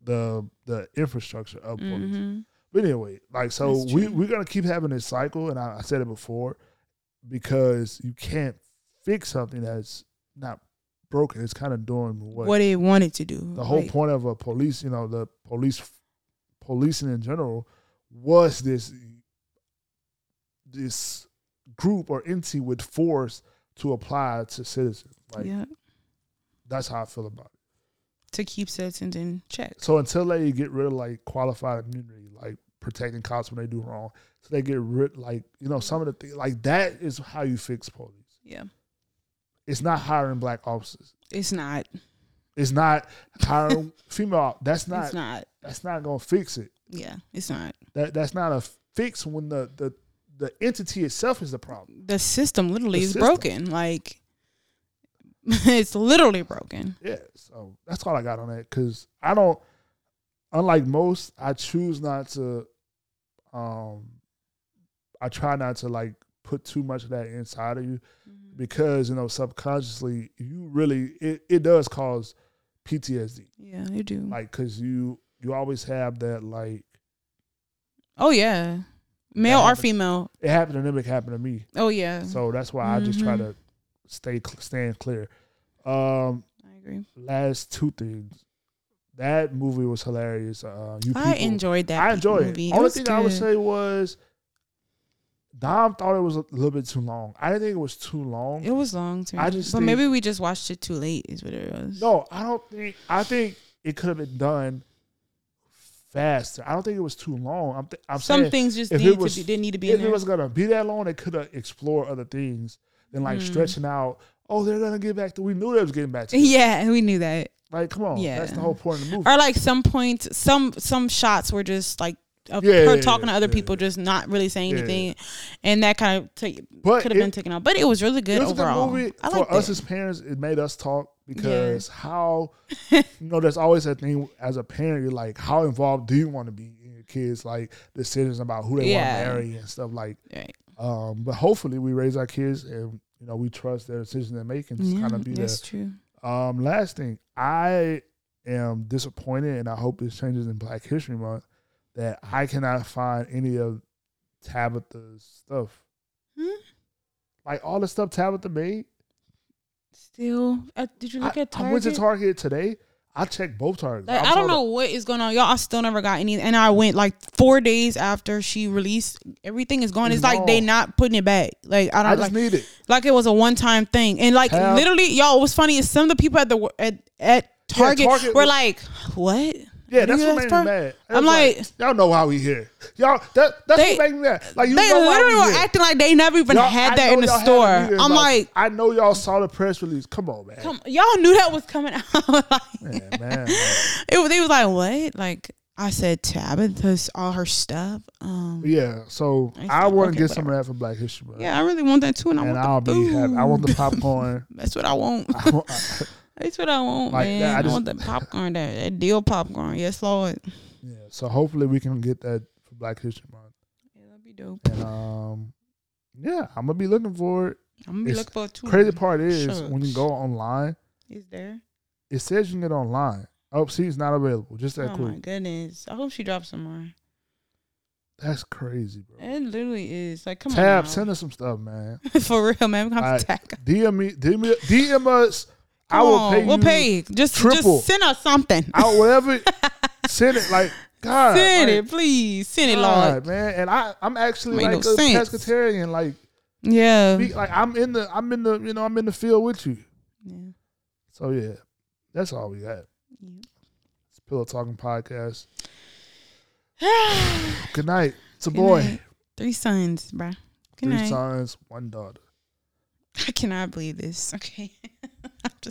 [SPEAKER 1] the the infrastructure of policing.
[SPEAKER 2] Mhm.
[SPEAKER 1] But anyway, like so
[SPEAKER 2] That's
[SPEAKER 1] we,
[SPEAKER 2] true.
[SPEAKER 1] we're gonna keep having this cycle and I, I said it before, because you can't fix something that's not broken. It's kind of doing what,
[SPEAKER 2] What, they wanted to do.
[SPEAKER 1] the whole
[SPEAKER 2] Like,
[SPEAKER 1] point of a police, you know, the police policing in general was this this group or entity with force to apply to citizens. Like
[SPEAKER 2] yeah,
[SPEAKER 1] that's how I feel about it.
[SPEAKER 2] to keep citizens in check.
[SPEAKER 1] So until they get rid of like qualified immunity, like protecting cops when they do wrong, so they get rid like you know some of the things like that is how you fix police.
[SPEAKER 2] Yeah,
[SPEAKER 1] It's not hiring black officers.
[SPEAKER 2] it's not.
[SPEAKER 1] It's not hiring female. That's
[SPEAKER 2] It's
[SPEAKER 1] not,
[SPEAKER 2] not.
[SPEAKER 1] that's not gonna fix it.
[SPEAKER 2] Yeah, it's not.
[SPEAKER 1] That that's not a fix when the the the entity itself is the problem.
[SPEAKER 2] The system literally
[SPEAKER 1] The
[SPEAKER 2] is
[SPEAKER 1] system.
[SPEAKER 2] broken. Like it's literally broken.
[SPEAKER 1] Yeah. So that's all I got on that because I don't. Unlike most, I choose not to. Um, I try not to like put too much of that inside of you because you know subconsciously you really it, it does cause PTSD
[SPEAKER 2] Yeah, you do.
[SPEAKER 1] like because you you always have that like
[SPEAKER 2] oh yeah, male
[SPEAKER 1] That
[SPEAKER 2] or
[SPEAKER 1] happens.
[SPEAKER 2] female.
[SPEAKER 1] it happened to them it happened to me
[SPEAKER 2] Oh yeah,
[SPEAKER 1] so that's why I just try
[SPEAKER 2] Mhm.
[SPEAKER 1] to stay cl- stand clear. Um,
[SPEAKER 2] I agree.
[SPEAKER 1] last two things. That movie was hilarious. Uh, you
[SPEAKER 2] I
[SPEAKER 1] people,
[SPEAKER 2] enjoyed that.
[SPEAKER 1] I enjoy
[SPEAKER 2] movie.
[SPEAKER 1] it. Only
[SPEAKER 2] was
[SPEAKER 1] thing I would
[SPEAKER 2] good.
[SPEAKER 1] say was Dom thought it was a little bit too long. I didn't think it was too long.
[SPEAKER 2] It was long to me.
[SPEAKER 1] I just
[SPEAKER 2] but
[SPEAKER 1] think-
[SPEAKER 2] maybe we just watched it too late is what it was.
[SPEAKER 1] no, I don't think. I think it could have been done faster. I don't think it was too long. I'm, th- I'm
[SPEAKER 2] Some
[SPEAKER 1] saying
[SPEAKER 2] things just
[SPEAKER 1] if
[SPEAKER 2] need
[SPEAKER 1] it was-
[SPEAKER 2] to be didn't need to be
[SPEAKER 1] if
[SPEAKER 2] in
[SPEAKER 1] it
[SPEAKER 2] there.
[SPEAKER 1] was gonna be that long, they could have explored other things and like
[SPEAKER 2] Mm.
[SPEAKER 1] stretching out. Oh, they're gonna get back to. We knew they was getting back to. this.
[SPEAKER 2] Yeah, we knew that.
[SPEAKER 1] Like, come on,
[SPEAKER 2] Yeah.
[SPEAKER 1] that's the whole point of the movie.
[SPEAKER 2] Or like some points, some some shots were just like of
[SPEAKER 1] Yeah,
[SPEAKER 2] her
[SPEAKER 1] yeah,
[SPEAKER 2] talking
[SPEAKER 1] yeah,
[SPEAKER 2] to other
[SPEAKER 1] yeah.
[SPEAKER 2] people, just not really saying
[SPEAKER 1] Yeah.
[SPEAKER 2] anything, and that kind of t-
[SPEAKER 1] But
[SPEAKER 2] could have
[SPEAKER 1] it-
[SPEAKER 2] been taken out. But it was really good
[SPEAKER 1] it was
[SPEAKER 2] overall.
[SPEAKER 1] a good movie
[SPEAKER 2] I
[SPEAKER 1] for
[SPEAKER 2] like
[SPEAKER 1] us
[SPEAKER 2] that.
[SPEAKER 1] as parents. It made us talk because how you know there's always that thing as a parent. You're like, how involved do you want to be in your kids' like decisions about who they
[SPEAKER 2] Yeah.
[SPEAKER 1] want to marry and stuff like.
[SPEAKER 2] Right.
[SPEAKER 1] Um, but hopefully, we raise our kids and you know we trust their decisions they make and just
[SPEAKER 2] Yeah,
[SPEAKER 1] kind of be there.
[SPEAKER 2] that's true.
[SPEAKER 1] Um, last thing, I am disappointed, and I hope this changes in Black History Month. That I cannot find any of Tabitha's stuff,
[SPEAKER 2] Hmm?
[SPEAKER 1] like all the stuff Tabitha made.
[SPEAKER 2] Still, uh, did you look
[SPEAKER 1] I,
[SPEAKER 2] at Target?
[SPEAKER 1] I went to Target today. I checked both Targets.
[SPEAKER 2] Like,
[SPEAKER 1] I'm
[SPEAKER 2] I don't
[SPEAKER 1] sorry,
[SPEAKER 2] know what is going on, y'all. I still never got any, and I went like four days after she released. Everything is gone. It's like they
[SPEAKER 1] No.
[SPEAKER 2] not putting it back. Like I
[SPEAKER 1] I
[SPEAKER 2] don't
[SPEAKER 1] just
[SPEAKER 2] like,
[SPEAKER 1] need it.
[SPEAKER 2] like it was a one time thing, and like
[SPEAKER 1] Tab-
[SPEAKER 2] literally, y'all. What's funny is some of the people at the wo- at at Target,
[SPEAKER 1] Target
[SPEAKER 2] were
[SPEAKER 1] was-
[SPEAKER 2] like, "What?"
[SPEAKER 1] Yeah, that's
[SPEAKER 2] You
[SPEAKER 1] what
[SPEAKER 2] guys
[SPEAKER 1] made me
[SPEAKER 2] Tar-
[SPEAKER 1] mad. I
[SPEAKER 2] I'm
[SPEAKER 1] was
[SPEAKER 2] like-
[SPEAKER 1] y'all know why we here. Y'all, that that's
[SPEAKER 2] They-
[SPEAKER 1] what made me mad. Like you
[SPEAKER 2] they
[SPEAKER 1] know why
[SPEAKER 2] literally
[SPEAKER 1] we
[SPEAKER 2] were
[SPEAKER 1] here.
[SPEAKER 2] acting like they never even
[SPEAKER 1] Y'all-
[SPEAKER 2] had
[SPEAKER 1] I
[SPEAKER 2] that
[SPEAKER 1] know
[SPEAKER 2] in the
[SPEAKER 1] y'all had a
[SPEAKER 2] store.
[SPEAKER 1] meeting.
[SPEAKER 2] I'm like,
[SPEAKER 1] I know y'all saw the press release. Come on, man.
[SPEAKER 2] come, y'all knew that was coming out. like,
[SPEAKER 1] Yeah, man.
[SPEAKER 2] it was. They was like, "What?" Like I said, Tabitha's all her stuff. Um,
[SPEAKER 1] Yeah, so
[SPEAKER 2] I see.
[SPEAKER 1] I want to
[SPEAKER 2] Okay,
[SPEAKER 1] get some of that for Black History Month.
[SPEAKER 2] yeah, I really want that too, and I
[SPEAKER 1] and
[SPEAKER 2] want
[SPEAKER 1] I'll
[SPEAKER 2] the
[SPEAKER 1] be happy. I want the
[SPEAKER 2] food.
[SPEAKER 1] popcorn.
[SPEAKER 2] That's what I want.
[SPEAKER 1] I want- I-
[SPEAKER 2] That's what I want,
[SPEAKER 1] Like that,
[SPEAKER 2] man.
[SPEAKER 1] I
[SPEAKER 2] I,
[SPEAKER 1] just-
[SPEAKER 2] want that popcorn, that, that deal popcorn. Yes, Lord.
[SPEAKER 1] yeah, so hopefully we can get that for Black History Month.
[SPEAKER 2] Yeah, that'd be dope.
[SPEAKER 1] And um, yeah, I'm gonna be looking for it.
[SPEAKER 2] I'm gonna be
[SPEAKER 1] It's
[SPEAKER 2] looking for two.
[SPEAKER 1] Crazy part is
[SPEAKER 2] Shucks.
[SPEAKER 1] when you go online,
[SPEAKER 2] Is there?
[SPEAKER 1] it says you can get online. Oh, see, it's not available. Just that
[SPEAKER 2] oh
[SPEAKER 1] cool.
[SPEAKER 2] my goodness! I hope she drops some more.
[SPEAKER 1] That's crazy, bro.
[SPEAKER 2] It literally is like, come
[SPEAKER 1] Tab,
[SPEAKER 2] on,
[SPEAKER 1] send us some stuff, man.
[SPEAKER 2] now. for real, man. We're gonna have
[SPEAKER 1] Alright,
[SPEAKER 2] to tag. her.
[SPEAKER 1] DM me, DM, me- DM us. I
[SPEAKER 2] Come
[SPEAKER 1] will
[SPEAKER 2] on,
[SPEAKER 1] pay.
[SPEAKER 2] We'll
[SPEAKER 1] you
[SPEAKER 2] pay. Just,
[SPEAKER 1] triple.
[SPEAKER 2] just send us something.
[SPEAKER 1] Out whatever. send it like God.
[SPEAKER 2] send
[SPEAKER 1] like,
[SPEAKER 2] it, please. Send it,
[SPEAKER 1] God,
[SPEAKER 2] Lord.
[SPEAKER 1] man. And I, I'm actually
[SPEAKER 2] Make
[SPEAKER 1] like
[SPEAKER 2] no
[SPEAKER 1] a
[SPEAKER 2] sense.
[SPEAKER 1] pescatarian. Like,
[SPEAKER 2] Yeah.
[SPEAKER 1] be- like I'm in the, I'm in the, you know, I'm in the field with you.
[SPEAKER 2] yeah.
[SPEAKER 1] So yeah, that's all we got. It's Pillow Talking Podcast. Good night. It's a
[SPEAKER 2] Good
[SPEAKER 1] boy.
[SPEAKER 2] night. Three sons, bruh.
[SPEAKER 1] Three
[SPEAKER 2] Good night.
[SPEAKER 1] sons, one daughter.
[SPEAKER 2] I cannot believe this. Okay. I'm just